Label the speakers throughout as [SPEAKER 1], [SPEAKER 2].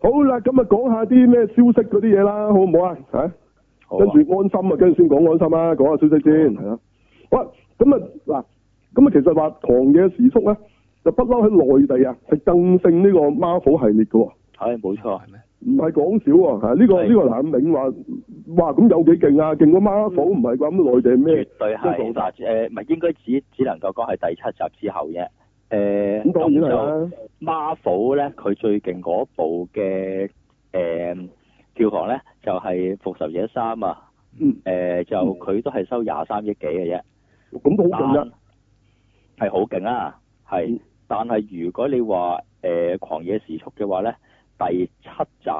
[SPEAKER 1] 好啦，咁啊講下啲咩消息嗰啲嘢啦，好唔好啊？嚇、
[SPEAKER 2] 好啊
[SPEAKER 1] 跟住安心啊，跟住先講安心啦，講下消息先，係啦。好啊，咁啊嗱，咁啊其實話狂野時速咧，就不嬲喺內地啊，係更勝呢個 Marvel 系列嘅喎，
[SPEAKER 2] 係冇錯，
[SPEAKER 3] 係咩？
[SPEAKER 1] 唔係講少喎嚇。呢個
[SPEAKER 2] 係
[SPEAKER 1] 呢個藍銘話，哇咁有幾勁啊，勁過 Marvel 唔係啩？咁內地咩
[SPEAKER 2] 絕？對係
[SPEAKER 1] 咩做
[SPEAKER 2] 嗱誒，唔係應該只只能夠講係第七集之後啫。誒
[SPEAKER 1] 咁當然係
[SPEAKER 2] 就
[SPEAKER 1] 啦，
[SPEAKER 2] Marvel 咧，佢最勁嗰部嘅誒票房咧，就係、復仇者三》啊。
[SPEAKER 1] 嗯
[SPEAKER 2] 誒、就佢都係收廿三億幾嘅啫。
[SPEAKER 1] 咁都好勁啊！
[SPEAKER 2] 但係好勁啊，係。
[SPEAKER 1] 嗯
[SPEAKER 2] 但係如果你話誒、狂野時速嘅話咧，第七集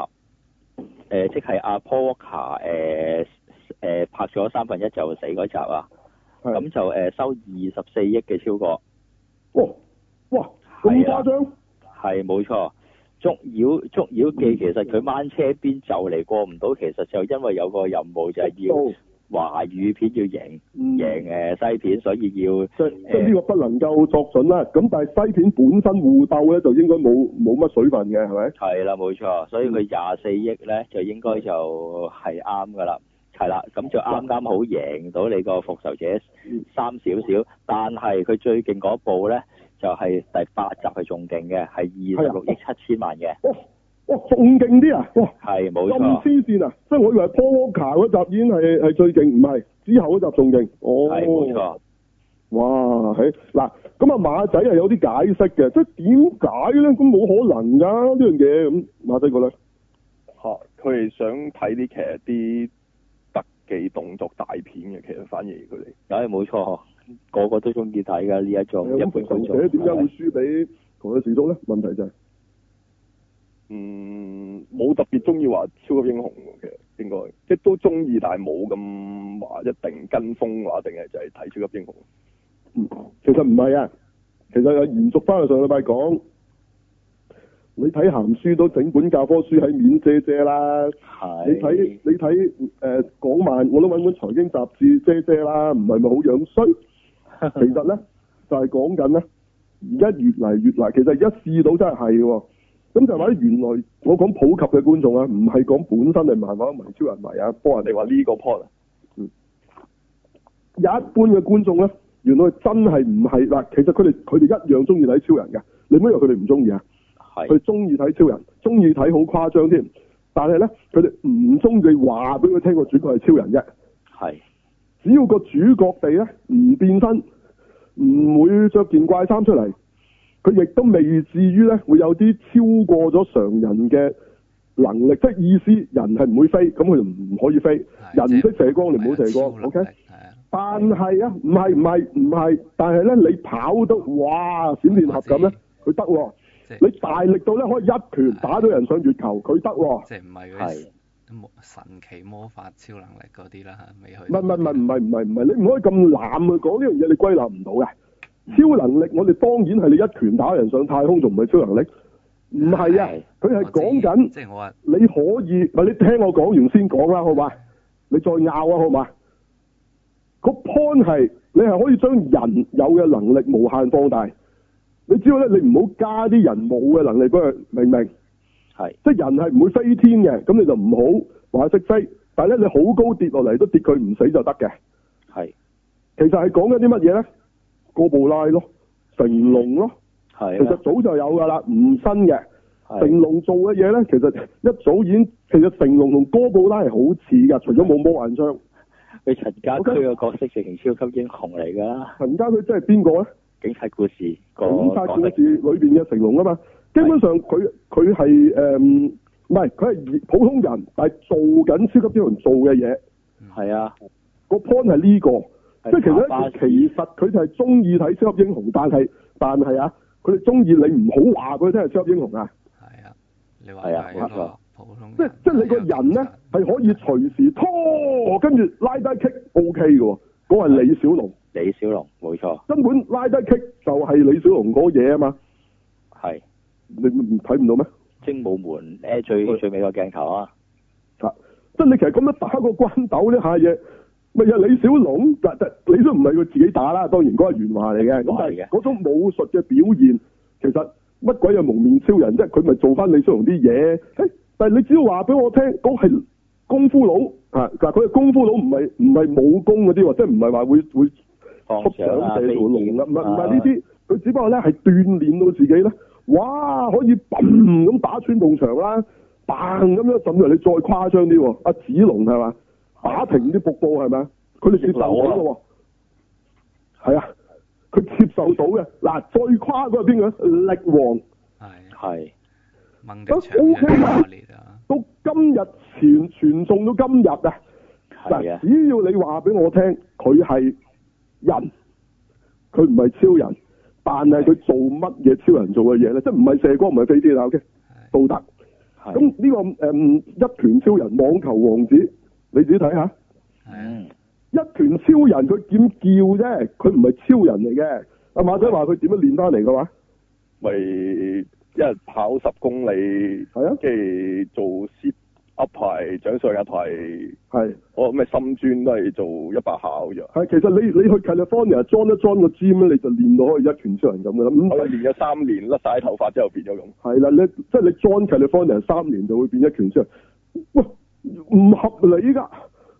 [SPEAKER 2] 誒、即係阿 Paul Walker 誒、誒拍咗三分一就死嗰集啊，
[SPEAKER 1] 係
[SPEAKER 2] 咁就誒、呃收二十四億嘅超過，
[SPEAKER 1] 哇哇咁
[SPEAKER 2] 係
[SPEAKER 1] 誇
[SPEAKER 2] 啊
[SPEAKER 1] 張！
[SPEAKER 2] 係冇錯。捉妖捉妖
[SPEAKER 1] 嗯
[SPEAKER 2] 記其實佢掹車邊就嚟過唔到，其實就因為有個任務就係要華語片要贏
[SPEAKER 1] 哦嗯
[SPEAKER 2] 贏呃誒西片，所以要
[SPEAKER 1] 即即呢個不能夠作準啦。咁但係西片本身互鬥咧，就應該冇冇乜水分嘅，係咪？
[SPEAKER 2] 係啦，冇錯，所以
[SPEAKER 1] 嗯
[SPEAKER 2] 佢廿四億咧就應該就係啱噶啦，係啦，咁就啱啱好贏到你個復仇者
[SPEAKER 1] 嗯
[SPEAKER 2] 三少少，但係佢最勁嗰部咧就係、第八集係仲勁嘅，係二十六億
[SPEAKER 1] 啊
[SPEAKER 2] 七千萬嘅，
[SPEAKER 1] 哇哇，仲勁啲啊！哇，
[SPEAKER 2] 係冇
[SPEAKER 1] 咁
[SPEAKER 2] 錯，
[SPEAKER 1] 黐線啊！即係我以為 Paul Walker 嗰集已經係係最勁，唔係之後嗰集仲勁。
[SPEAKER 2] 係冇
[SPEAKER 1] 哦，
[SPEAKER 2] 錯，
[SPEAKER 1] 哇，係嗱，咁啊馬仔係有啲解釋嘅，即係點解咧？咁冇可能㗎呢樣嘢咁，馬仔覺得
[SPEAKER 4] 嚇，哦佢哋想睇啲其實啲特技動作大片嘅，其實反而佢哋
[SPEAKER 2] 梗係冇錯，個個都中意睇㗎呢哦一種
[SPEAKER 1] 係
[SPEAKER 2] 日
[SPEAKER 1] 啊咁
[SPEAKER 2] 本
[SPEAKER 1] 復
[SPEAKER 2] 觀
[SPEAKER 1] 仇
[SPEAKER 2] 眾
[SPEAKER 1] 者點解會
[SPEAKER 2] 係
[SPEAKER 1] 輸俾同佢時速咧？問題就係
[SPEAKER 4] 嗯冇特別中意話超級英雄喎，其實應該即係都中意，但係冇咁話一定跟風話，定係就係睇超級英雄。
[SPEAKER 1] 嗯其實唔係啊，其實有延續翻去上禮拜講，你睇鹹書都整本教科書喺面遮遮啦，你睇
[SPEAKER 2] 係
[SPEAKER 1] 你睇誒港漫我都揾本財經雜誌遮遮啦，唔係咪好樣衰？其實咧就係講緊咧，而家越嚟越難，其實一試到真係係喎。咁就係話咧原來我講普及嘅觀眾啊，唔係講本身係漫畫迷、超人迷啊，幫人
[SPEAKER 4] 你話呢個 point 啊
[SPEAKER 1] 有一般嘅觀眾咧，原來真係唔係嗱，其實佢哋佢哋一樣中意睇超人嘅，你唔好以為佢哋唔中意啊，佢
[SPEAKER 2] 係
[SPEAKER 1] 哋中意睇超人，中意睇好誇張添，但係咧佢哋唔中意話俾佢聽個主角係超人啫，
[SPEAKER 2] 係
[SPEAKER 1] 只要個主角地咧唔變身，唔會着件怪衫出嚟，佢亦都未至於咧會有啲超過咗常人嘅能力，即係意思人係唔會飛，咁佢就唔可以飛，人
[SPEAKER 3] 即係啊
[SPEAKER 1] 識射光你唔好射
[SPEAKER 3] 超
[SPEAKER 1] 光
[SPEAKER 3] 能
[SPEAKER 1] ，OK
[SPEAKER 3] 力。係啊
[SPEAKER 1] 但係啊，唔係唔係唔係，但係咧你跑得哇閃電俠咁咧，佢得喎。
[SPEAKER 3] 即係
[SPEAKER 1] 你大力到咧可以一拳打到人上月球，佢得 喎。
[SPEAKER 3] 即係唔係嗰
[SPEAKER 2] 係
[SPEAKER 3] 啲魔神奇魔法超能力嗰啲啦，未去
[SPEAKER 1] 唔
[SPEAKER 3] 到
[SPEAKER 1] 係唔係唔
[SPEAKER 3] 嗰啲啦。
[SPEAKER 1] 係唔係唔係唔係，你唔可以咁濫去講呢樣嘢，你歸納唔到嘅。超能力我哋當然係你一拳打人上太空，仲唔係超能力？唔係啊
[SPEAKER 2] 係，
[SPEAKER 1] 佢係
[SPEAKER 3] 我知
[SPEAKER 1] 講緊
[SPEAKER 3] 即係我話
[SPEAKER 1] 你可以，唔係你聽我講完先講啦，好嘛？你再拗啊，好嘛？個 point 係你係可以將人有嘅能力無限放大，你只要咧你唔好加啲人冇嘅能力俾佢，明唔明？
[SPEAKER 2] 係
[SPEAKER 1] 即係人係唔會飛天嘅，咁你就唔好話識飛，但係咧你好高跌落嚟都跌佢唔死就得嘅。
[SPEAKER 2] 係
[SPEAKER 1] 其實係講緊啲乜嘢咧？哥布拉咯，成龍咯，其
[SPEAKER 2] 係
[SPEAKER 1] 實
[SPEAKER 2] 啦
[SPEAKER 1] 早就有㗎啦，唔新嘅。成
[SPEAKER 2] 係
[SPEAKER 1] 龍做嘅嘢咧，其實一早已經，其實成龍同哥布拉係好似㗎，除咗冇魔幻章，
[SPEAKER 2] 佢陳家駒嘅角色直情超級英雄嚟㗎，
[SPEAKER 1] 陳家佢真係邊個咧？
[SPEAKER 2] 警察故事個
[SPEAKER 1] 警察故
[SPEAKER 2] 角色
[SPEAKER 1] 事裏邊嘅成龍啊嘛，基本上佢佢係誒唔係佢係普通人，但係做緊超級英雄做嘅嘢，
[SPEAKER 2] 係啊。
[SPEAKER 1] 個 point 係呢個，即係其實
[SPEAKER 2] 係打巴
[SPEAKER 1] 呢
[SPEAKER 2] 士
[SPEAKER 1] 其實佢哋係中意睇超級英雄，但係但係啊，佢哋中意你唔好話佢聽係超級英雄啊。
[SPEAKER 3] 係啊，你話
[SPEAKER 2] 係啊
[SPEAKER 3] 佢係一
[SPEAKER 2] 冇錯
[SPEAKER 3] 個普通
[SPEAKER 1] 即即係你個人咧係可以隨時拖，跟住拉低 kick O K 嘅喎，嗰係李小龍，
[SPEAKER 2] 李小龍冇錯，
[SPEAKER 1] 根本拉低 kick 就係李小龍嗰嘢啊嘛，
[SPEAKER 2] 係
[SPEAKER 1] 你唔睇唔到咩？
[SPEAKER 2] 精武門誒最
[SPEAKER 1] 嗯喂
[SPEAKER 2] 最尾個鏡頭啊，
[SPEAKER 1] 啊，即係你其實咁樣打個關鬥呢下嘢，咪又係李小龍，但但李小龍唔係佢自己打啦，當然嗰係原話嚟嘅，咁但
[SPEAKER 2] 係
[SPEAKER 1] 係
[SPEAKER 2] 嘅
[SPEAKER 1] 嗰種武術嘅表現，其實乜鬼嘢蒙面超人啫？佢咪做翻李小龍啲嘢？誒但係你只要話俾我聽，嗰係功夫佬啊！嗱，佢係功夫佬，唔係唔係武功嗰啲喎，即係唔係話會會
[SPEAKER 2] 放
[SPEAKER 1] 出
[SPEAKER 2] 上啊，
[SPEAKER 1] 掌射
[SPEAKER 2] 飛
[SPEAKER 1] 條龍
[SPEAKER 2] 劍
[SPEAKER 1] 啦，唔係唔係
[SPEAKER 2] 啊
[SPEAKER 1] 呢啲，佢只不過咧係鍛鍊到自己咧，哇可以砰咁打穿埲牆啦砰咁樣，甚至乎你再誇張啲喎，阿子龍係嘛，打停啲瀑布係咪啊？佢哋接受到嘅喎，係啊，佢接受到嘅。嗱，再誇嗰個係邊個咧？力王
[SPEAKER 3] 係
[SPEAKER 2] 係
[SPEAKER 3] 掹
[SPEAKER 1] 咁
[SPEAKER 3] 定長嘅
[SPEAKER 1] OK 啦
[SPEAKER 3] 打裂啊，
[SPEAKER 1] 到今日傳傳送到今日啊！
[SPEAKER 2] 係啊，
[SPEAKER 1] 只要你話俾我聽，佢係人，佢唔係超人，但係佢做乜嘢超人做嘅嘢咧？即係唔係射光，唔係飛天啊？OK，
[SPEAKER 3] 係
[SPEAKER 1] 道德。咁
[SPEAKER 2] 係
[SPEAKER 1] 呢、個誒、嗯一拳超人網球王子，你自己睇下。
[SPEAKER 3] 係啊
[SPEAKER 2] 嗯
[SPEAKER 1] 一拳超人佢點叫啫？佢唔係超人嚟嘅。阿馬仔話佢點樣練翻嚟嘅話，
[SPEAKER 4] 咪一日跑十公里，
[SPEAKER 1] 係啊，
[SPEAKER 4] 跟住做 sit up 排、掌上壓排，
[SPEAKER 1] 係
[SPEAKER 4] 我咩深蹲都係做一百下嘅啫。
[SPEAKER 1] 係。其實你你去 California join 一 join 個 gym 咧，你就練到可以一拳超人咁嘅啦。咁
[SPEAKER 4] 我練咗三年，甩晒頭髮之後變咗咁。
[SPEAKER 1] 係啦，你即係你 join California 三年就會變一拳超人，喂，唔合理㗎，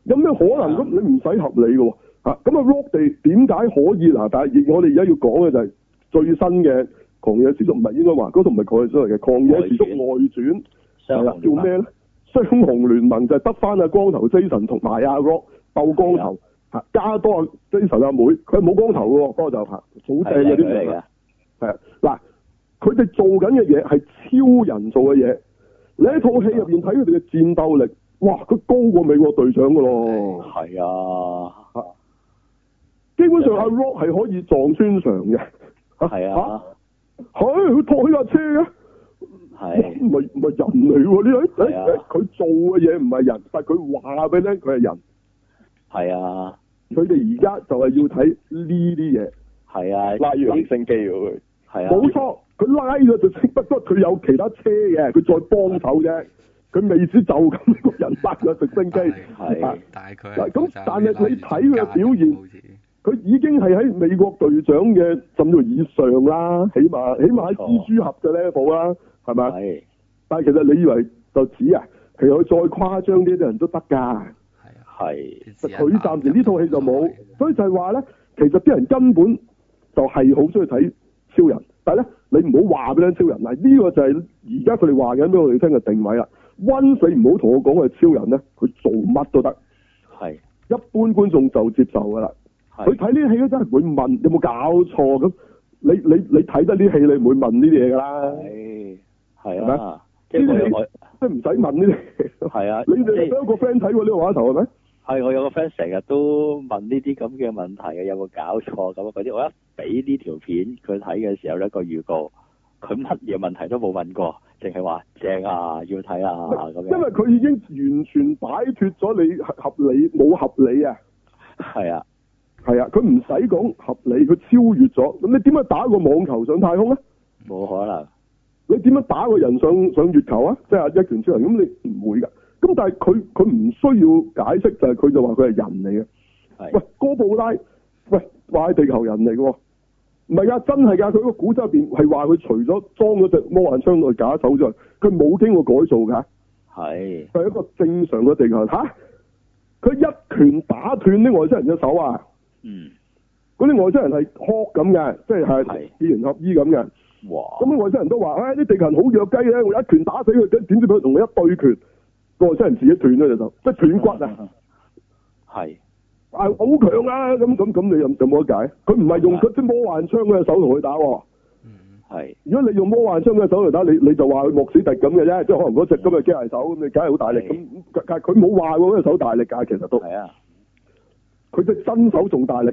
[SPEAKER 1] 有咩可能咁？
[SPEAKER 2] 啊
[SPEAKER 1] 你唔使合理㗎喎，嚇咁啊 Rock 地點解可以嗱？但係我哋而家要講嘅就係最新嘅狂野時速，唔係應該話嗰度唔係狂野時速嚟嘅，狂野時速外傳
[SPEAKER 2] 雙
[SPEAKER 1] 係啦
[SPEAKER 2] 紅，
[SPEAKER 1] 叫咩
[SPEAKER 2] 聯
[SPEAKER 1] 咧？雙雄聯盟就係得翻阿光頭 Jason 同埋阿 Rock 鬥光頭，嚇加多阿 Jason 阿妹，佢係冇光頭嘅喎，不過就嚇好正
[SPEAKER 2] 係
[SPEAKER 1] 嘅啊
[SPEAKER 2] 靚
[SPEAKER 1] 啲
[SPEAKER 2] 女嚟
[SPEAKER 1] 頭髮
[SPEAKER 2] 嘅，
[SPEAKER 1] 係啊，嗱，佢哋做緊嘅嘢係超人做嘅嘢。你喺套戲入邊睇佢哋嘅戰鬥力，哇！佢高過美國隊長噶咯。
[SPEAKER 2] 係啊，
[SPEAKER 1] 基本上阿 Rock 係可以撞穿牆嘅。嚇
[SPEAKER 2] 係啊，
[SPEAKER 1] 嚇佢佢托起架車嘅，
[SPEAKER 2] 係
[SPEAKER 1] 唔係唔係人嚟喎呢個？誒
[SPEAKER 2] 係啊
[SPEAKER 1] 誒佢做嘅嘢唔係人，但係佢話俾你聽佢係人。
[SPEAKER 2] 係啊，
[SPEAKER 1] 佢哋而家就係要睇呢啲嘢，
[SPEAKER 2] 係啊，
[SPEAKER 4] 拉住直升機喎佢，
[SPEAKER 2] 係啊，
[SPEAKER 1] 冇錯。佢拉咗就識，不過佢有其他車嘅，佢再幫手啫。佢未知就咁個人拉咗直升機。啊
[SPEAKER 2] 係
[SPEAKER 3] 但係佢
[SPEAKER 1] 嗱咁
[SPEAKER 3] 係佢就
[SPEAKER 1] 但係
[SPEAKER 3] 拉住
[SPEAKER 1] 你睇佢嘅
[SPEAKER 3] 中間
[SPEAKER 1] 表現
[SPEAKER 3] 好似
[SPEAKER 1] 佢已經係喺美國隊長嘅甚至乎以上啦，起碼起碼喺蜘蛛俠嘅 level 啦，係咪？
[SPEAKER 2] 係
[SPEAKER 1] 但係其實你以為就止啊？其實佢再誇張啲啲人都得㗎。
[SPEAKER 3] 係啊，
[SPEAKER 2] 係
[SPEAKER 1] 佢暫時呢套戲就冇，所
[SPEAKER 3] 以
[SPEAKER 1] 以就係話咧，其實啲人根本就係好中意睇超人，但係咧你唔好話俾佢聽超人嗱，呢、個就係而家佢哋話緊俾我哋聽嘅定位啦。温死唔好同我講佢係超人咧，佢做乜都得，
[SPEAKER 2] 係
[SPEAKER 1] 一般觀眾就接受㗎啦。佢
[SPEAKER 2] 係
[SPEAKER 1] 睇呢啲戲都真係會問有冇搞錯咁，你你你睇得呢啲戲你唔會問呢啲嘢㗎啦，
[SPEAKER 2] 係係啊，即
[SPEAKER 1] 啊呢
[SPEAKER 2] 係
[SPEAKER 1] 啲
[SPEAKER 2] 我我
[SPEAKER 1] 即係唔使問呢 啲。
[SPEAKER 2] 係啊，
[SPEAKER 1] 你
[SPEAKER 2] 即
[SPEAKER 1] 哋
[SPEAKER 2] 係
[SPEAKER 1] 有一個 friend 睇過呢個話頭係咪？
[SPEAKER 2] 係，我有個 friend 成日都問呢啲咁嘅問題嘅，有冇搞錯咁啊嗰啲。我一俾呢條片佢睇嘅時候咧，個預告佢乜嘢問題都冇問過，淨係話正啊，要睇啊咁
[SPEAKER 1] 因
[SPEAKER 2] 樣。
[SPEAKER 1] 為佢已經完全擺脱咗你合合理冇合理啊，
[SPEAKER 2] 係啊，
[SPEAKER 1] 係啊，佢唔使講合理，佢超越咗。咁你點樣打個網球上太空咧？啊
[SPEAKER 2] 冇可能。
[SPEAKER 1] 你點樣打個人上上月球啊？即係一拳超人咁，你唔會㗎。咁但係佢佢唔需要解釋，就係、佢就話佢係人嚟嘅。喂
[SPEAKER 2] 係，
[SPEAKER 1] 哥布拉，喂，話係地球人嚟嘅喎，唔係啊，真係㗎，佢個古仔入邊係話佢除咗裝咗隻魔幻槍落去假手之外，佢冇經過改造㗎，
[SPEAKER 2] 係
[SPEAKER 1] 佢係一個正常嘅地球人嚇，佢一拳打斷啲外星人隻手啊！
[SPEAKER 2] 嗯，
[SPEAKER 1] 嗰啲外星人係殼咁嘅，即係係
[SPEAKER 2] 係
[SPEAKER 1] 自然合衣咁嘅。
[SPEAKER 2] 哇，
[SPEAKER 1] 咁啲外星人都話：，唉、哎啲地球人好弱雞咧，我一拳打死佢，點知佢同佢一對拳，個外星人自己斷咗隻手，即係斷骨啊！
[SPEAKER 2] 係
[SPEAKER 1] 啊好強啊！咁咁咁，你有有冇得解？佢唔係用嗰啲魔幻槍嘅手同佢打喎。
[SPEAKER 3] 嗯
[SPEAKER 2] 係
[SPEAKER 1] 如果你用魔幻槍嘅手嚟打，你你就話佢莫斯特咁嘅啫，即係可能嗰隻咁嘅機械手咁，你梗係好大力。
[SPEAKER 2] 係
[SPEAKER 1] 咁咁但係佢冇話喎，嗰隻手大力㗎，其實都
[SPEAKER 2] 係啊，
[SPEAKER 1] 佢隻真手仲大力，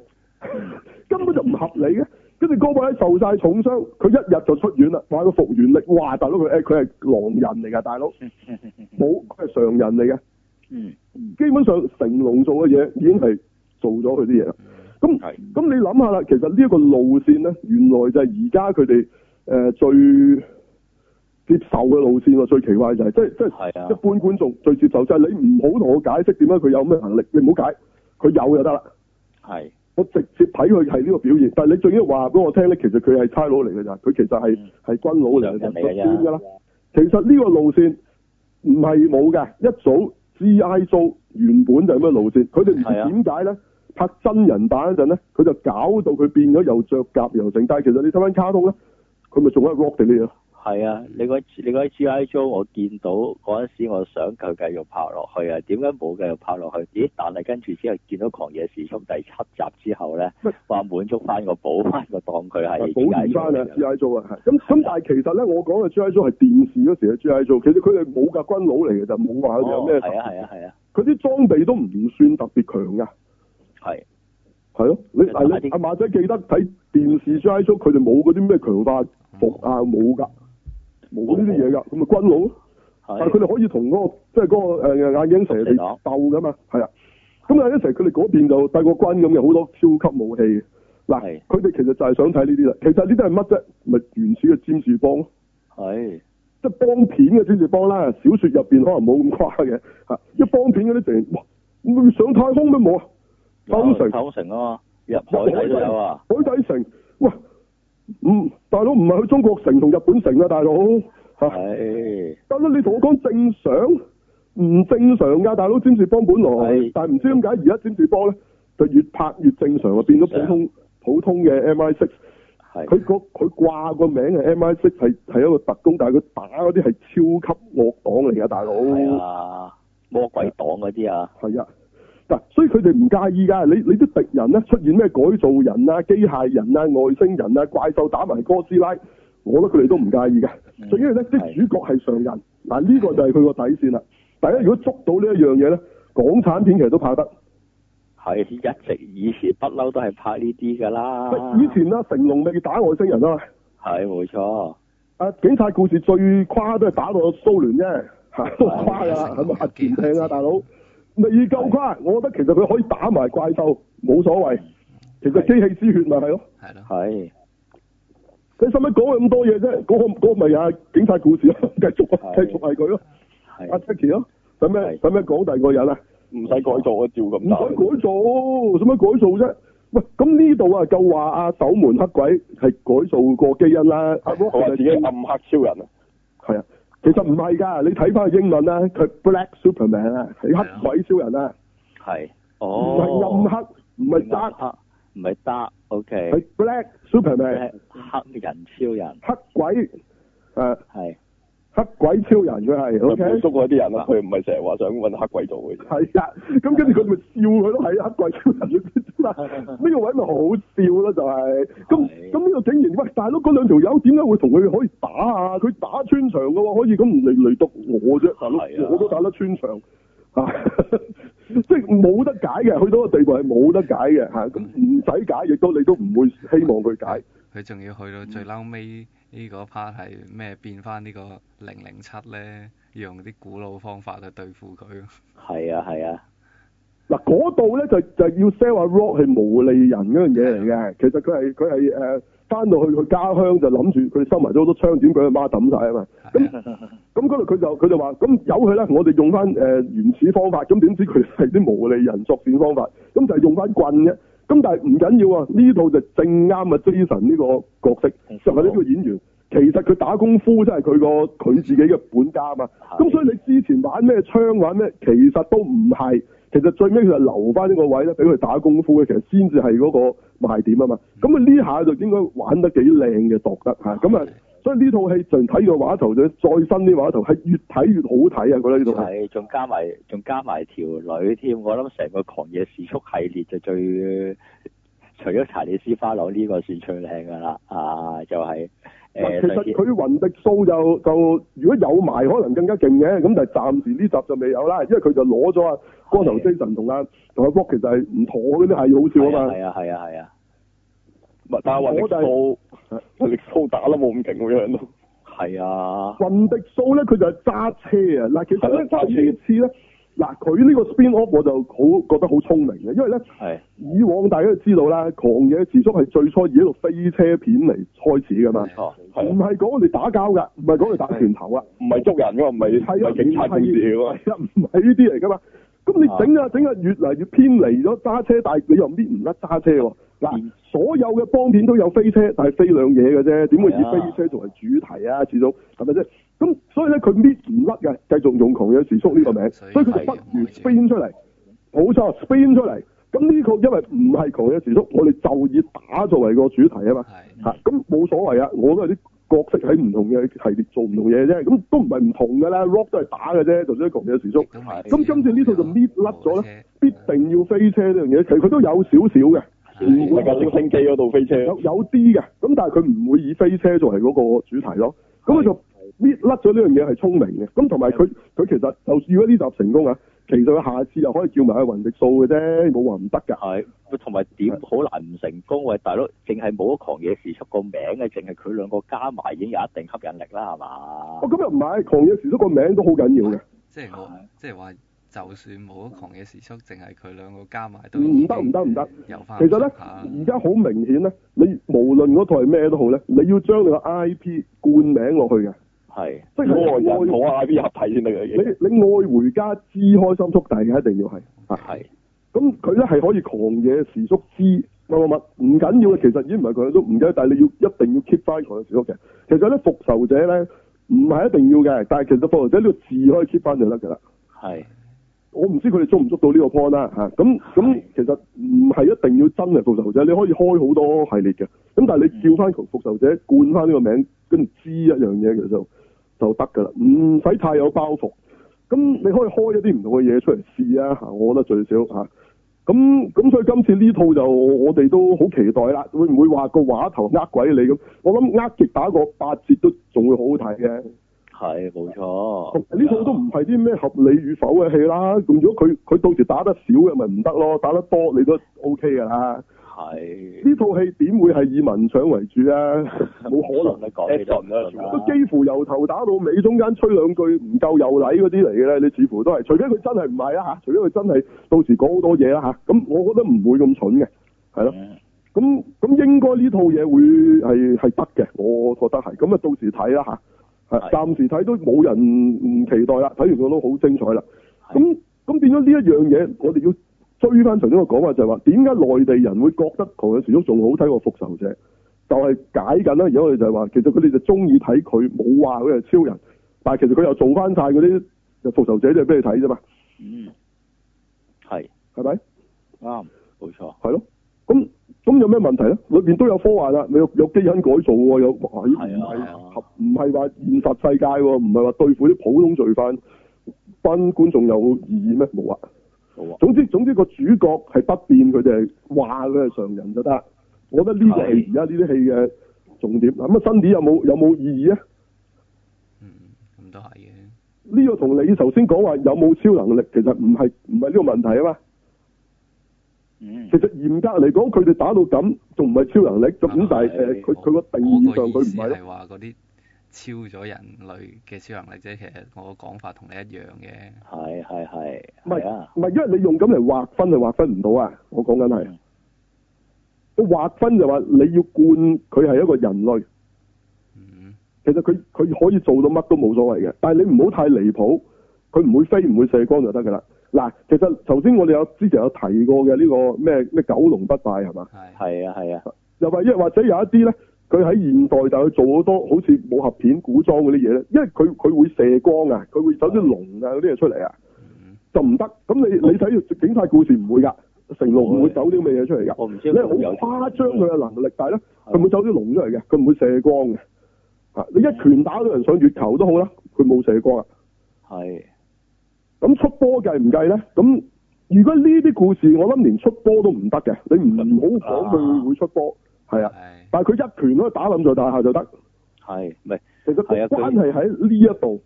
[SPEAKER 1] 根本就唔合理嘅。跟住嗰位受晒重傷，佢一日就出院啦。話個復原力，哇！大佬佢誒佢係狼人嚟㗎，大 佬冇佢係常人嚟嘅。
[SPEAKER 2] 嗯，
[SPEAKER 1] 基本上成龍做嘅嘢已經係做咗佢啲嘢啦。咁
[SPEAKER 2] 係
[SPEAKER 1] 咁你諗下啦，其實呢一個路線咧，原來就係而家佢哋誒最接受嘅路線喎。最奇怪就係、即係即係
[SPEAKER 2] 係
[SPEAKER 1] 一
[SPEAKER 2] 啊，
[SPEAKER 1] 般觀眾最接受就係你唔好同我解釋點解佢有咩能力，你唔好解，佢有就得啦。
[SPEAKER 2] 係
[SPEAKER 1] 我直接睇佢係呢個表現，但係你仲要話俾我聽咧，其實佢係差佬嚟嘅咋，佢其實係
[SPEAKER 2] 嗯
[SPEAKER 1] 係軍佬嚟嘅
[SPEAKER 2] 人
[SPEAKER 1] 咋，
[SPEAKER 2] 嚟
[SPEAKER 1] 就
[SPEAKER 2] 嘅
[SPEAKER 1] 㗎啦
[SPEAKER 2] 啫。。
[SPEAKER 1] 其實呢個路線唔係冇嘅，一早 G.I. Joe 原本就係咁嘅路線，佢哋唔
[SPEAKER 2] 係啊
[SPEAKER 1] 知點解咧拍真人版嗰陣咧，佢就搞到佢變咗又着甲又成，但係其實你睇翻卡通咧，佢咪仲喺 rock 地呢嘢咯。
[SPEAKER 2] 係啊，你嗰你嗰 G.I. Joe 我見到嗰陣時，我想佢繼續拍落去啊，點解冇繼續拍落去？咦！但係跟住之後見到《狂野時速》第七集之後咧
[SPEAKER 1] 乜，
[SPEAKER 2] 話滿足翻個補翻個當佢係
[SPEAKER 1] 保完翻
[SPEAKER 2] G.I. Joe
[SPEAKER 1] 啊
[SPEAKER 2] 嚟㗎
[SPEAKER 1] ，G.I. Joe 啊，係咁咁，但係其實咧，我講嘅 G.I. Joe 係電視嗰時嘅 G.I. Joe，其實佢哋冇架軍佬嚟嘅就冇話佢哋有
[SPEAKER 2] 哦
[SPEAKER 1] 咩特
[SPEAKER 2] 係啊
[SPEAKER 1] 別，
[SPEAKER 2] 係啊係啊，
[SPEAKER 1] 佢啲裝備都唔算特別強㗎。
[SPEAKER 2] 係
[SPEAKER 1] 係咯，你
[SPEAKER 2] 打啲
[SPEAKER 1] 嗱你阿馬仔記得睇電視 G.I. Joe，佢哋冇嗰啲咩強化服啊，冇㗎，冇呢啲嘢㗎，咁咪軍佬咯。但哦係
[SPEAKER 2] 係
[SPEAKER 1] 佢哋可以同嗰、個即係嗰個誒眼鏡蛇嚟鬥㗎嘛，係啊。咁眼鏡蛇佢哋嗰邊就帝國軍咁有好多超級武器嘅。嗱
[SPEAKER 2] 係，
[SPEAKER 1] 佢哋其實就係想睇呢啲啦。其實呢啲係乜啫？咪原始嘅占士邦咯。
[SPEAKER 2] 係
[SPEAKER 1] 即係幫片嘅先至幫啦，小説入邊可能冇咁誇嘅嚇，一幫片嗰啲成哇，咁上太空都冇啊，太空城
[SPEAKER 2] 有偷城啊嘛，入海底都有啊，
[SPEAKER 1] 海底城，喂，唔大佬唔係去中國城同日本城啊，大佬嚇，
[SPEAKER 2] 係
[SPEAKER 1] 大佬你同我講正常，唔正常㗎，大佬占士邦本來
[SPEAKER 2] 係，
[SPEAKER 1] 但係唔知點解而家占士邦咧就越拍越正常啊，變咗普通普通嘅 MI 6
[SPEAKER 2] 係
[SPEAKER 1] 佢個佢掛個名係 MI 6係係一個特工，但係佢打嗰啲係超級惡黨嚟㗎，大佬。
[SPEAKER 2] 係啊，魔鬼黨嗰啲啊，
[SPEAKER 1] 係啊，嗱，所以佢哋唔介意㗎。你你啲敵人咧啊出現咩改造人啊、機械人啊、外星人啊、怪獸打埋哥斯拉，我覺得佢哋都唔介意嘅。
[SPEAKER 2] 嗯
[SPEAKER 1] 最緊要咧，啲
[SPEAKER 2] 係
[SPEAKER 1] 主角係常人，嗱呢個就係佢個底線啦。大
[SPEAKER 2] 嗯
[SPEAKER 1] 家如果捉到呢一樣嘢咧，港產片其實都拍得。
[SPEAKER 2] 係一直以前不嬲都係拍呢啲㗎啦
[SPEAKER 1] 喂，以前啦，成龍咪打外星人啊嘛，
[SPEAKER 2] 係冇錯，
[SPEAKER 1] 啊警察故事最誇都係打到蘇聯啫，嚇都誇㗎啦，
[SPEAKER 3] 係
[SPEAKER 1] 係咪核潛艇啊，大佬？未夠誇，我覺得其實佢可以打埋怪獸，冇所謂。其實機器之血咪係咯。
[SPEAKER 3] 係咯，
[SPEAKER 2] 係
[SPEAKER 1] 你使乜講佢咁多嘢啫？嗰、個嗰個咪啊警察故事咯， 繼續啊，繼
[SPEAKER 2] 係
[SPEAKER 1] 續係佢咯，阿
[SPEAKER 2] 係
[SPEAKER 1] Jackie 咯，使咩
[SPEAKER 2] 係
[SPEAKER 1] 使咩講第二個人啊？
[SPEAKER 4] 唔使改造啊，照
[SPEAKER 1] 唔使
[SPEAKER 4] 咁打。
[SPEAKER 1] 改造，使乜改造啫？喂，咁呢度啊夠話阿守門黑鬼係改造過基因啦，阿 Rock
[SPEAKER 4] 佢啊話自己暗黑超人啊，
[SPEAKER 1] 係啊，其實唔係㗎，你睇翻英文啦，佢 Black Superman 啊，係
[SPEAKER 3] 係啊
[SPEAKER 1] 黑鬼超人啊，
[SPEAKER 2] 係
[SPEAKER 1] 唔
[SPEAKER 2] 哦，
[SPEAKER 1] 係暗黑，唔係 dark，
[SPEAKER 2] 黑，唔係得，OK，
[SPEAKER 1] 係 Black Superman，
[SPEAKER 2] 黑人超人
[SPEAKER 1] 黑鬼，誒
[SPEAKER 2] 係
[SPEAKER 1] 黑鬼超人佢係
[SPEAKER 4] 佢
[SPEAKER 1] ，OK
[SPEAKER 4] 滿。足嗰啲人啊，佢唔係成日話想揾黑鬼做嘅啫。
[SPEAKER 1] 係啊，咁跟住佢咪笑佢咯，係啊，黑鬼超人呢個位咪好笑咯，就係咁
[SPEAKER 2] 係
[SPEAKER 1] 咁呢個竟然喂大佬嗰兩條友點解會同佢可以打啊？佢打穿牆嘅喎，可以咁嚟嚟到我啫，大
[SPEAKER 2] 係
[SPEAKER 1] 佬
[SPEAKER 2] 啊
[SPEAKER 1] 我都打得穿牆啊， 即係冇得解嘅，去到個地步係冇得解嘅嚇，咁唔使解，亦都你都唔會希望佢解。嗯
[SPEAKER 3] 佢仲要去到最嬲尾呢個 part 係咩變翻呢個零零七咧，要用啲古老方法去對付佢。
[SPEAKER 2] 係啊係啊，
[SPEAKER 1] 嗱，嗰度咧就就要 sell 阿 Rock 係無利人嗰樣嘢嚟嘅，其實佢係佢係誒翻到去佢家鄉就諗住佢收埋咗好多槍，點佢阿媽抌晒啊嘛。
[SPEAKER 3] 係啊
[SPEAKER 1] 咁嗰度佢就佢就話：咁由佢啦，我哋用翻誒、呃原始方法。咁點知佢係啲無利人作戰方法，咁就係用翻棍啫。咁但係唔緊要啊，呢套就正啱啊 Jason 呢個角色，就係呢個演員。其實佢打功夫真係佢個佢自己嘅本家啊嘛。
[SPEAKER 2] 係
[SPEAKER 1] 咁所以你之前玩咩槍玩咩，其實都唔係。其實最尾佢就留翻呢個位咧，俾佢打功夫咧，其實先至係嗰個賣點啊嘛。
[SPEAKER 2] 嗯
[SPEAKER 1] 咁啊呢下就應該玩得幾靚嘅，度得嚇。咁啊，所以呢套戲就睇個畫頭，就再新啲畫頭係越睇越好睇啊！覺得呢套戲
[SPEAKER 2] 係仲加埋仲加埋條女添，我諗成個狂野時速系列就最除咗查理斯花朗呢個算最靚㗎啦，啊就係、誒
[SPEAKER 1] 其實佢雲迪素就就如果有埋可能更加勁嘅，咁但係暫時呢集就未有啦，因為佢就攞咗啊光頭
[SPEAKER 2] 係
[SPEAKER 1] Jason 同阿同阿 Rock 其實係唔妥嗰啲係好笑啊嘛。
[SPEAKER 2] 係啊係啊係啊
[SPEAKER 4] 唔係但係話力
[SPEAKER 1] 我就係啊
[SPEAKER 4] 蘇，力蘇打得冇咁勁咁樣咯。
[SPEAKER 2] 係啊
[SPEAKER 1] 雲迪素咧，佢就係揸車啊！嗱，其實咧
[SPEAKER 4] 係揸車
[SPEAKER 1] 呢次咧，嗱佢呢個 spin off 我就好覺得好聰明嘅，因為咧
[SPEAKER 2] 係
[SPEAKER 1] 以往大家都知道啦，《狂野時速》係最初以一個飛車片嚟開始噶嘛
[SPEAKER 2] 冇，錯
[SPEAKER 4] 係
[SPEAKER 1] 唔
[SPEAKER 4] 啊
[SPEAKER 1] 係講我哋打交噶，唔係講我哋打拳頭啊，
[SPEAKER 4] 唔係捉人㗎嘛，唔係唔
[SPEAKER 1] 係啊
[SPEAKER 4] 係警察故事㗎嘛。
[SPEAKER 1] 係啊，唔係呢啲嚟噶嘛。咁你整下整下越嚟越偏離咗揸車，但係你又搣唔甩揸車喎。嗱
[SPEAKER 2] 嗯，
[SPEAKER 1] 所有嘅幫片都有飛車，但係飛兩嘢嘅啫，點會
[SPEAKER 2] 係啊
[SPEAKER 1] 以飛車作為主題啊？始終係咪啫？咁所以咧，佢搣唔甩嘅，繼續用狂野時速呢個名，
[SPEAKER 3] 所
[SPEAKER 1] 所
[SPEAKER 3] 以
[SPEAKER 1] 以佢就不如
[SPEAKER 3] 係
[SPEAKER 1] spin 出嚟，冇錯，spin 出嚟。咁呢個因為唔係狂野時速，我哋就以打作為個主題啊嘛。
[SPEAKER 3] 係
[SPEAKER 1] 嚇，咁冇所謂啊！我都係啲角色喺唔同嘅系列做唔同嘢啫，咁都唔係唔同㗎啦。Rock 都係打嘅啫，就算狂野時速
[SPEAKER 3] 亦，都未知
[SPEAKER 1] 咁今次呢套就搣甩咗咧
[SPEAKER 3] 啊冇車，
[SPEAKER 1] 必定要飛車呢樣嘢，其實佢都有少少嘅，
[SPEAKER 3] 係
[SPEAKER 4] 咪架直升機嗰度飛車？
[SPEAKER 1] 啊有有啲嘅，咁但係佢唔會以飛車作為嗰個主題咯。咁佢就搣甩咗呢樣嘢係聰明嘅，咁同埋佢佢其實就如果呢集成功啊，其實佢下次又可以叫埋阿雲迪數嘅啫，冇話唔得㗎。
[SPEAKER 2] 係，喂同埋點好難唔成功？喂，大佬，淨係冇咗狂野時速個名嘅，淨係佢兩個加埋已經有一定吸引力啦，係嘛
[SPEAKER 1] 哦，？咁又唔係，狂野時速個名都好緊要嘅。
[SPEAKER 3] 即係我即係話，就算冇咗狂野時速，淨係佢兩個加埋都
[SPEAKER 1] 唔得唔得唔得，
[SPEAKER 3] 有翻
[SPEAKER 1] 其實咧，而家好明顯咧，你無論嗰台係咩都好咧，你要將你個 I P 冠名落去嘅，
[SPEAKER 2] 係
[SPEAKER 1] 即
[SPEAKER 4] 嗰個人
[SPEAKER 1] 係
[SPEAKER 4] 同 I B 合體先得嘅已
[SPEAKER 1] 你
[SPEAKER 4] 經。
[SPEAKER 1] 你愛回家之開心速遞嘅一定要係嚇，
[SPEAKER 2] 係
[SPEAKER 1] 咁佢咧係可以狂野時速之乜乜乜，唔緊要嘅，其實已經唔係佢都唔緊要，但係你要一定要 keep 翻狂野時速嘅。其實咧復仇者咧唔係一定要嘅，但係其實復仇者呢個字可以 keep 翻就得㗎啦。
[SPEAKER 2] 係
[SPEAKER 1] 我唔知佢哋捉唔捉到呢個 point 啦嚇，咁、咁其實唔係一定要真係復仇者，你可以開好多系列嘅，咁但係你叫翻復仇者冠翻呢個名，跟住知一樣嘢其實就就得㗎啦，唔使太有包袱。咁你可以開一啲唔同嘅嘢出嚟試啊嚇，我覺得最少嚇。咁咁所以今次呢套就我我哋都好期待啦，會唔會話個畫頭呃鬼你咁？我諗呃極打個八折都仲會好好睇嘅。
[SPEAKER 2] 係冇錯。
[SPEAKER 1] 呢套都唔係啲咩合理與否嘅戲啦。咁如果佢佢到時打得少嘅咪唔得咯，打得多你都 O K 㗎啦。
[SPEAKER 2] 係
[SPEAKER 1] 呢套戲點會係以文搶為主啊？ 冇可能，
[SPEAKER 2] 你講你都唔信
[SPEAKER 1] 都
[SPEAKER 2] 啦。
[SPEAKER 1] 幾乎由頭打到尾，中間吹兩句唔夠有禮嗰啲嚟嘅咧。你似乎都係，除非佢真係唔係啦嚇，除非佢真係到時講好多嘢啦嚇。咁我覺得唔會咁蠢嘅，係咯。
[SPEAKER 2] 嗯
[SPEAKER 1] 咁咁應該呢套嘢會係係得嘅，我覺得係。咁啊，到時睇啦嚇，係
[SPEAKER 2] 係
[SPEAKER 1] 暫時睇都冇人唔期待啦，睇完我都好精彩啦。
[SPEAKER 2] 係
[SPEAKER 1] 咁咁變咗呢一樣嘢，我哋要追翻頭先我講話就係話，點解內地人會覺得《狂野時速》仲好睇過《復仇者》？就係解緊啦。而家我哋就係話，其實佢哋就中意睇佢冇話佢係超人，但係其實佢又做翻晒嗰啲《復仇者》就俾你睇啫嘛，
[SPEAKER 2] 嗯，係
[SPEAKER 1] 係咪？
[SPEAKER 2] 啱，冇錯。
[SPEAKER 1] 係咯，咁咁有咩問題咧？裏邊都有科幻啊，你有有基因改造喎，有哇咦
[SPEAKER 2] 係
[SPEAKER 1] 唔係
[SPEAKER 2] 啊
[SPEAKER 1] 合唔係話現實世界喎，唔係話對付啲普通罪犯，班觀眾有異議咩？冇啊！
[SPEAKER 2] 好啊，
[SPEAKER 1] 總之總之個主角係不變，佢哋係話佢係常人就得。我覺得呢個係
[SPEAKER 2] 係
[SPEAKER 1] 而家呢啲戲嘅重點。咁啊，新啲有冇有冇異議啊？
[SPEAKER 3] 嗯咁都係嘅，
[SPEAKER 1] 呢、個同你頭先講話有冇超能力，其實唔係唔係呢個問題啊嘛。
[SPEAKER 2] 嗯
[SPEAKER 1] 其，實嚴格嚟講，佢哋打到咁，仲唔係超能力咁
[SPEAKER 3] 啊
[SPEAKER 1] 咁，但係誒，佢佢個定義上佢唔係
[SPEAKER 3] 我個意思
[SPEAKER 1] 咯，
[SPEAKER 3] 係話嗰啲超咗人類嘅超能力啫，其實我講法同你一樣嘅。
[SPEAKER 2] 係係係，
[SPEAKER 1] 唔係
[SPEAKER 2] 係啊，
[SPEAKER 1] 唔係，因為你用咁嚟劃分係劃分唔到啊！我講緊係
[SPEAKER 2] 嗯，
[SPEAKER 1] 我劃分就話你要冠佢係一個人類，
[SPEAKER 3] 嗯，
[SPEAKER 1] 其實佢佢可以做到乜都冇所謂嘅，但係你唔好太離譜，佢唔會飛唔會射光就得㗎啦。嗱，其實頭先我哋有之前有提過嘅呢個咩咩九龍不敗係嘛？
[SPEAKER 3] 係
[SPEAKER 2] 係啊係啊，
[SPEAKER 1] 又或者或者有一啲咧，佢喺現代就去做好多好似武俠片、古裝嗰啲嘢咧，因為佢佢會射光啊，佢會走啲龍啊嗰啲嘢出嚟啊，
[SPEAKER 3] 嗯
[SPEAKER 1] 就唔得。咁你
[SPEAKER 2] 哦
[SPEAKER 1] 你睇警察故事唔會㗎，成龍唔會走啲咁嘅嘢出嚟㗎。
[SPEAKER 2] 我唔知
[SPEAKER 1] 你
[SPEAKER 2] 佢哦有
[SPEAKER 1] 係好誇張佢嘅能力，但係咧
[SPEAKER 2] 係
[SPEAKER 1] 佢唔會走啲龍出嚟嘅，佢唔會射光嘅。啊！你一拳打到人上月球都好啦，佢冇射光啊。
[SPEAKER 2] 係
[SPEAKER 1] 咁出波計唔計咧？咁如果呢啲故事，我諗連出波都唔得嘅。你唔好講
[SPEAKER 2] 啊
[SPEAKER 1] 佢會出波，係啊。
[SPEAKER 3] 係
[SPEAKER 1] 但係佢一拳都打冧咗大廈就得。
[SPEAKER 2] 係，唔係
[SPEAKER 1] 其實個
[SPEAKER 2] 係啊佢
[SPEAKER 1] 關係喺呢一度，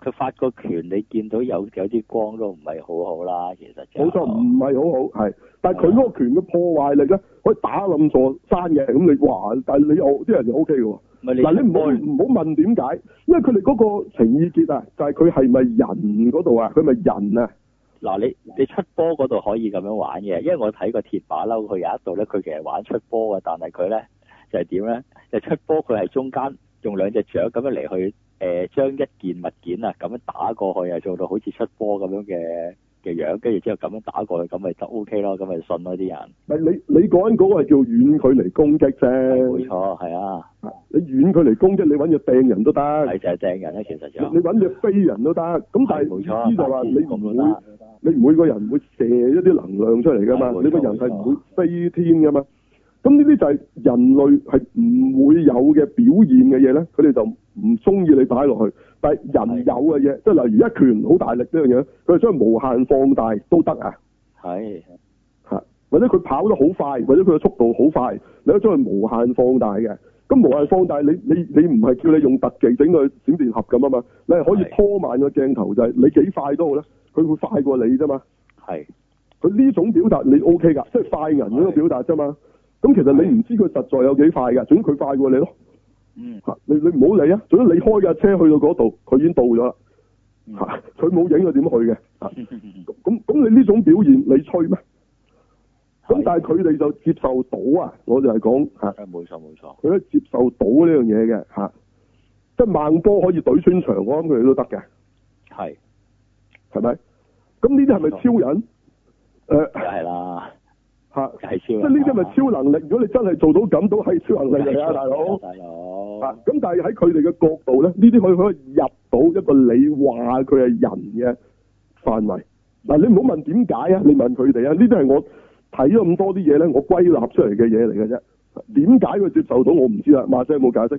[SPEAKER 2] 佢發個拳，你見到有有啲光都唔係好好啦，其實就
[SPEAKER 1] 冇錯，唔係好
[SPEAKER 2] 哦
[SPEAKER 1] 好係。但係佢嗰個拳嘅破壞力咧，可以打冧座山嘅。咁你哇！但係你又啲人就 O K 嘅喎。
[SPEAKER 2] 唔係
[SPEAKER 1] 嗱，你唔好
[SPEAKER 2] 出
[SPEAKER 1] 唔好問點解，因為佢哋嗰個情意結啊，就係佢係咪人嗰度啊？佢咪人啊？
[SPEAKER 2] 波嗱你你出波嗰度可以咁樣玩嘅，因為我睇過鐵馬騮，佢有一度咧，佢其實玩出波嘅，但係佢咧就係點咧？就出波佢係中間用兩隻掌咁樣嚟去誒、呃、將一件物件啊咁樣打過去啊，做到好似出波咁樣嘅嘅樣，跟住之後咁樣打過去，咁咪得 O K 咯，咁咪信咯啲人。
[SPEAKER 1] 咪你你講緊嗰個係叫遠距離攻擊
[SPEAKER 2] 冇
[SPEAKER 1] 啫，
[SPEAKER 2] 錯，係啊，
[SPEAKER 1] 你遠距離攻擊你揾嘢掟人都得，
[SPEAKER 2] 係就係掟人咧，其實
[SPEAKER 1] 你呃你
[SPEAKER 2] 就
[SPEAKER 1] 揾嘢飛人都得，咁但係
[SPEAKER 2] 係冇錯
[SPEAKER 1] 意思就話
[SPEAKER 2] 打
[SPEAKER 1] 你
[SPEAKER 2] 字咁
[SPEAKER 1] 唔
[SPEAKER 2] 都得
[SPEAKER 1] 會你每個人唔會射一啲能量出嚟噶嘛
[SPEAKER 2] 啊係，冇錯
[SPEAKER 1] 你個人係唔會飛天噶嘛，咁呢啲就係人類係唔會有嘅表現嘅嘢咧，佢哋就唔中意你擺落去，但係人有嘅嘢，即係例如一拳好大力呢樣嘢，佢哋將無限放大都得啊。
[SPEAKER 2] 係
[SPEAKER 1] 嚇，或者佢跑得好快，或者佢嘅速度好快，你可以將佢無限放大嘅。咁無限放大，你你你唔係叫你用特技整個閃電俠咁啊嘛，你係可以
[SPEAKER 2] 係
[SPEAKER 1] 拖慢個鏡頭就係、你幾快都好咧，佢會快過你啫嘛。
[SPEAKER 2] 係
[SPEAKER 1] 佢呢種表達你 O K 㗎，即係快銀嗰個表達啫嘛。咁其實你唔知佢實在有幾快㗎，總之佢快過你咯。
[SPEAKER 2] 嗯
[SPEAKER 1] 嚇你你唔好理啊，總之你開架車去到嗰度，佢已經到咗啦。
[SPEAKER 2] 嗯
[SPEAKER 1] 嚇，佢冇影佢點去嘅。嚇咁咁咁你呢種表現你吹咩？咁
[SPEAKER 2] 係
[SPEAKER 1] 但係佢哋就接受到啊！我就係講嚇，
[SPEAKER 2] 係冇錯冇錯，
[SPEAKER 1] 佢都接受到呢樣嘢嘅嚇，即係孟波可以懟穿牆，我諗佢哋都得嘅，
[SPEAKER 2] 係
[SPEAKER 1] 係咪？咁呢啲係咪超人？誒
[SPEAKER 2] 梗係啦，
[SPEAKER 1] 嚇，
[SPEAKER 2] 梗係超
[SPEAKER 1] 即係
[SPEAKER 2] 人啦。
[SPEAKER 1] 呢啲咪超能力？如果你真係做到咁，都係超能
[SPEAKER 2] 梗
[SPEAKER 1] 力嚟
[SPEAKER 2] 係超
[SPEAKER 1] 啊，
[SPEAKER 2] 人
[SPEAKER 1] 大佬
[SPEAKER 2] 啦大佬
[SPEAKER 1] 啊！咁但係喺佢哋嘅角度咧，呢啲佢可以入到一個你話佢係人嘅範圍。嗱，你唔好問點解啊，你問佢哋啊，呢啲係我睇咗咁多啲嘢咧，我歸納出嚟嘅嘢嚟嘅啫。點解佢接受到我唔知啦，啊馬姐有冇解釋。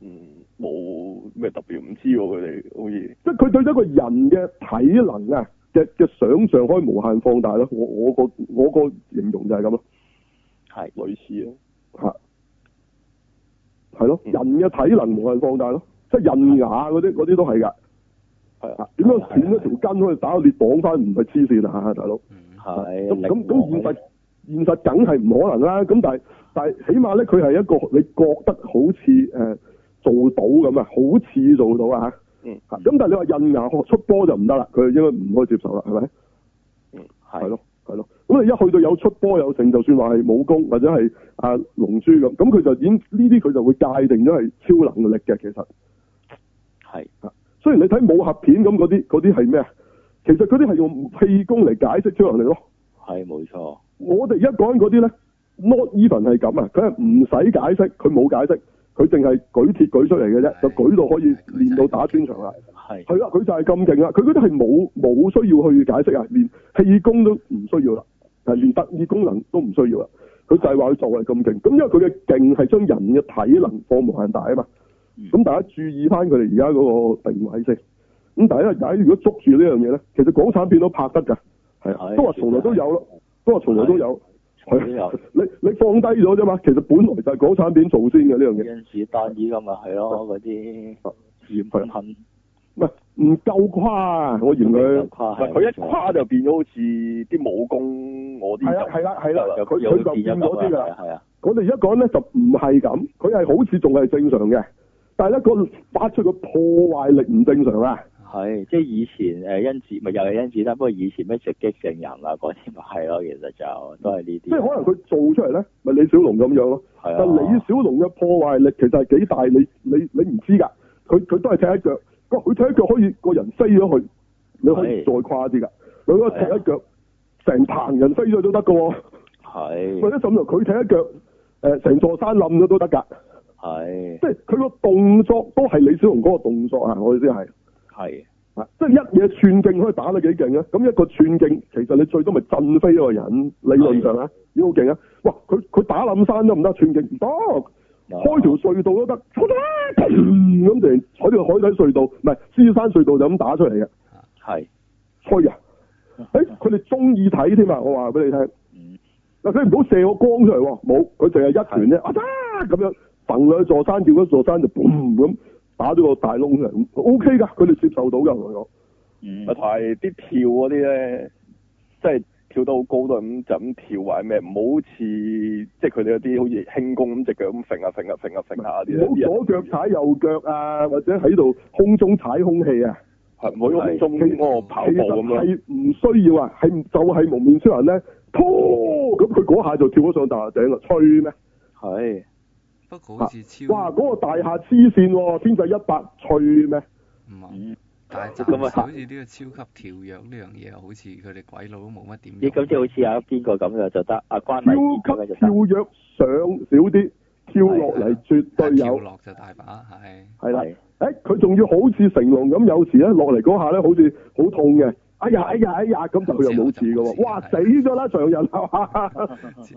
[SPEAKER 4] 嗯，冇咩特別唔知喎，佢哋好似
[SPEAKER 1] 即係佢對一個人嘅體能啊嘅嘅想像可以無限放大咯。我我個我個形容就係咁咯，
[SPEAKER 2] 係
[SPEAKER 4] 類似啊咯。
[SPEAKER 1] 嚇係咯，
[SPEAKER 4] 嗯
[SPEAKER 1] 人嘅體能無限放大咯，即係人牙嗰啲嗰啲都係㗎。
[SPEAKER 4] 係
[SPEAKER 1] 啊點樣斷一條筋可以打個裂綁翻？唔係黐線啊，嚇大佬！
[SPEAKER 3] 嗯，
[SPEAKER 2] 係
[SPEAKER 1] 咁咁咁現
[SPEAKER 2] 力啊
[SPEAKER 1] 實現實梗係唔可能啦。咁但係但係起碼咧，佢係一個你覺得好似誒、呃做到咁啊，好似做到啊嚇。
[SPEAKER 4] 嗯
[SPEAKER 1] 嚇。咁但係你話印牙學出波就唔得啦，佢應該唔可以接受啦，係咪？
[SPEAKER 2] 係
[SPEAKER 1] 係咯，係咯。咁你一去到有出波有剩，就算話係武功或者係啊龍珠咁，咁佢就已經呢啲佢就會界定咗係超能力嘅。其實
[SPEAKER 2] 係
[SPEAKER 1] 雖然你睇武俠片咁嗰啲嗰啲係咩啊？其實嗰啲係用氣功嚟解釋超能力咯。
[SPEAKER 2] 係冇錯，
[SPEAKER 1] 我哋而家講緊嗰啲咧，not even 係咁啊，佢係唔使解釋，佢冇解釋，佢淨係舉鐵舉出嚟嘅啫，就舉到可以練到打穿牆啦。
[SPEAKER 2] 係
[SPEAKER 1] 係啊啦，佢就係咁勁啦，佢嗰啲係冇冇需要去解釋啊，連氣功都唔需要啦，係連特異功能都唔需要啦，佢就係話佢就係咁勁，咁因為佢嘅勁係將人嘅體能放無限大啊嘛，
[SPEAKER 2] 嗯
[SPEAKER 1] 咁大家注意翻佢哋而家嗰個定位先，咁大家大家如果捉住呢樣嘢咧，其實港產片都拍得㗎，係啊，
[SPEAKER 2] 係
[SPEAKER 1] 都話從來都有咯，都話從來都有，啊
[SPEAKER 2] 從來都有
[SPEAKER 1] 你你放低咗啫嘛，其實本來就係港產片做先嘅呢樣嘢。
[SPEAKER 2] 因此單以咁咪係咯，嗰啲嚴
[SPEAKER 1] 係
[SPEAKER 2] 狠
[SPEAKER 1] 唔係唔夠誇啊！我嫌佢
[SPEAKER 2] 咁誇
[SPEAKER 4] 唔係
[SPEAKER 2] 係
[SPEAKER 4] 佢一
[SPEAKER 2] 冇錯
[SPEAKER 4] 跨就變咗好似啲武功我啲
[SPEAKER 1] 係啊啦
[SPEAKER 4] 就
[SPEAKER 1] 係啦係啦，
[SPEAKER 2] 就
[SPEAKER 1] 佢
[SPEAKER 2] 有
[SPEAKER 1] 佢就
[SPEAKER 2] 變
[SPEAKER 1] 變
[SPEAKER 2] 咗
[SPEAKER 1] 咗啲㗎啦。
[SPEAKER 2] 係啊，
[SPEAKER 1] 我哋而家講咧就唔係咁，佢係好似仲係正常嘅，但係咧個發出個破壞力唔正常啊！
[SPEAKER 2] 係即係以前誒因子咪又係因子啦，不過以前咩直擊證人啊嗰啲咪係咯，其實就都係呢啲。
[SPEAKER 1] 即係可能佢做出嚟咧，咪李小龍咁樣咯。
[SPEAKER 2] 係
[SPEAKER 1] 但李
[SPEAKER 2] 啊，
[SPEAKER 1] 小龍嘅破壞力其實係幾大，你你你唔知㗎。佢佢都係踢一腳，佢踢一腳可以個人飛咗去，你可以
[SPEAKER 2] 係啊
[SPEAKER 1] 再誇啲㗎。你嗰個踢一腳，成棚人飛咗都得㗎喎。或
[SPEAKER 2] 係
[SPEAKER 1] 者甚至乎佢踢一腳，誒、成座山冧咗都得㗎。
[SPEAKER 2] 係
[SPEAKER 1] 即係佢個動作都係李小龍嗰個動作啊！我意思係。
[SPEAKER 2] 係
[SPEAKER 1] 啊！即係一嘢寸勁可以打得幾勁啊！咁一個寸勁，其實你最多咪震飛一個人，理論上啊，已經好勁啊！哇！佢佢打冧山都唔得，寸勁唔得，開條隧道都得，好得砰咁就喺條海底隧道，唔係獅山隧道就咁打出嚟嘅，
[SPEAKER 2] 係
[SPEAKER 1] 吹啊！誒、佢哋中意睇添啊！我話俾你聽，
[SPEAKER 2] 嗯
[SPEAKER 1] 嗱，佢唔好射個光出嚟喎，冇，佢淨係一拳啫，啊得咁樣，揈兩座山，叫嗰座山就嘣咁打咗個大窿出嚟，O K 㗎，佢哋接受到㗎，我同你講。
[SPEAKER 2] 嗯
[SPEAKER 1] 啊
[SPEAKER 4] 咪同埋啲跳嗰啲咧，即係跳得好高都係咁就咁跳或者咩，唔好似即係佢哋嗰啲好似輕功咁隻腳咁揈下揈下揈下揈下啲
[SPEAKER 1] 唔好左腳踩右腳啊，或者喺度空中踩空氣啊，
[SPEAKER 4] 係唔好用空中嗰個跑
[SPEAKER 1] 其
[SPEAKER 4] 步
[SPEAKER 1] 實
[SPEAKER 4] 咁樣，
[SPEAKER 1] 係唔需要啊，係就係、蒙面超人咧，噗咁佢嗰下就跳咗上大廈頂啦，吹咩？
[SPEAKER 2] 係
[SPEAKER 3] 不過好似超
[SPEAKER 1] 啊哇！嗰、個大廈黐線喎，天際一百，吹咩？
[SPEAKER 3] 唔係
[SPEAKER 2] 嗯
[SPEAKER 3] 但係
[SPEAKER 2] 咁啊
[SPEAKER 3] 暫時好似呢個超級跳躍呢樣嘢，好似佢哋鬼佬都冇乜點
[SPEAKER 2] 咦，
[SPEAKER 3] 用。
[SPEAKER 2] 咁即係好似阿邊個咁嘅就得，阿關禮傑
[SPEAKER 1] 超
[SPEAKER 2] 咁樣
[SPEAKER 1] 級
[SPEAKER 2] 就
[SPEAKER 1] 跳
[SPEAKER 2] 得。
[SPEAKER 1] 躍上少啲，跳落嚟絕對
[SPEAKER 3] 跳
[SPEAKER 1] 有，
[SPEAKER 3] 落就大把，係
[SPEAKER 1] 係啦
[SPEAKER 2] 係。
[SPEAKER 1] 誒，佢仲要好似成龍咁，有時咧落嚟嗰下咧，好似好痛嘅。哎呀，哎呀，哎呀，咁就佢又冇事嘅喎。哇，死咗啦，常人哈哈哈哈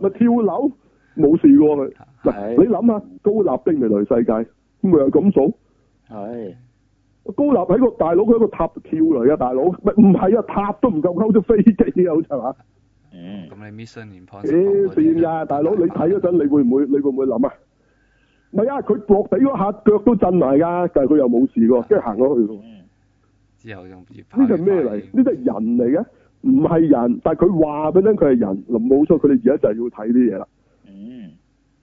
[SPEAKER 1] 咪跳樓冇事嘅喎佢。嗱，
[SPEAKER 2] 係
[SPEAKER 1] 你諗下，高立的未來世界，咁佢又咁數。
[SPEAKER 2] 係
[SPEAKER 1] 高立喺個大佬，佢喺個塔度跳嚟嘅大佬，咪唔係啊，塔都唔夠溝咗飛機啊，好似係嘛？
[SPEAKER 2] 嗯，
[SPEAKER 3] 咁你 Mission Impossible
[SPEAKER 1] 黐
[SPEAKER 3] 嗰啲啊
[SPEAKER 1] 線㗎，大佬你睇嗰陣，你會唔會你會唔會諗啊？唔係啊，佢落地嗰下腳都震埋㗎，但係佢又冇事喎，跟住行咗去喎。
[SPEAKER 2] 嗯
[SPEAKER 3] 之後用越
[SPEAKER 1] 呢隻咩嚟？呢隻人嚟嘅，唔係人，但係佢話俾你聽佢係人。嗱，冇錯，佢哋而家就係要睇啲嘢啦。
[SPEAKER 2] 嗯，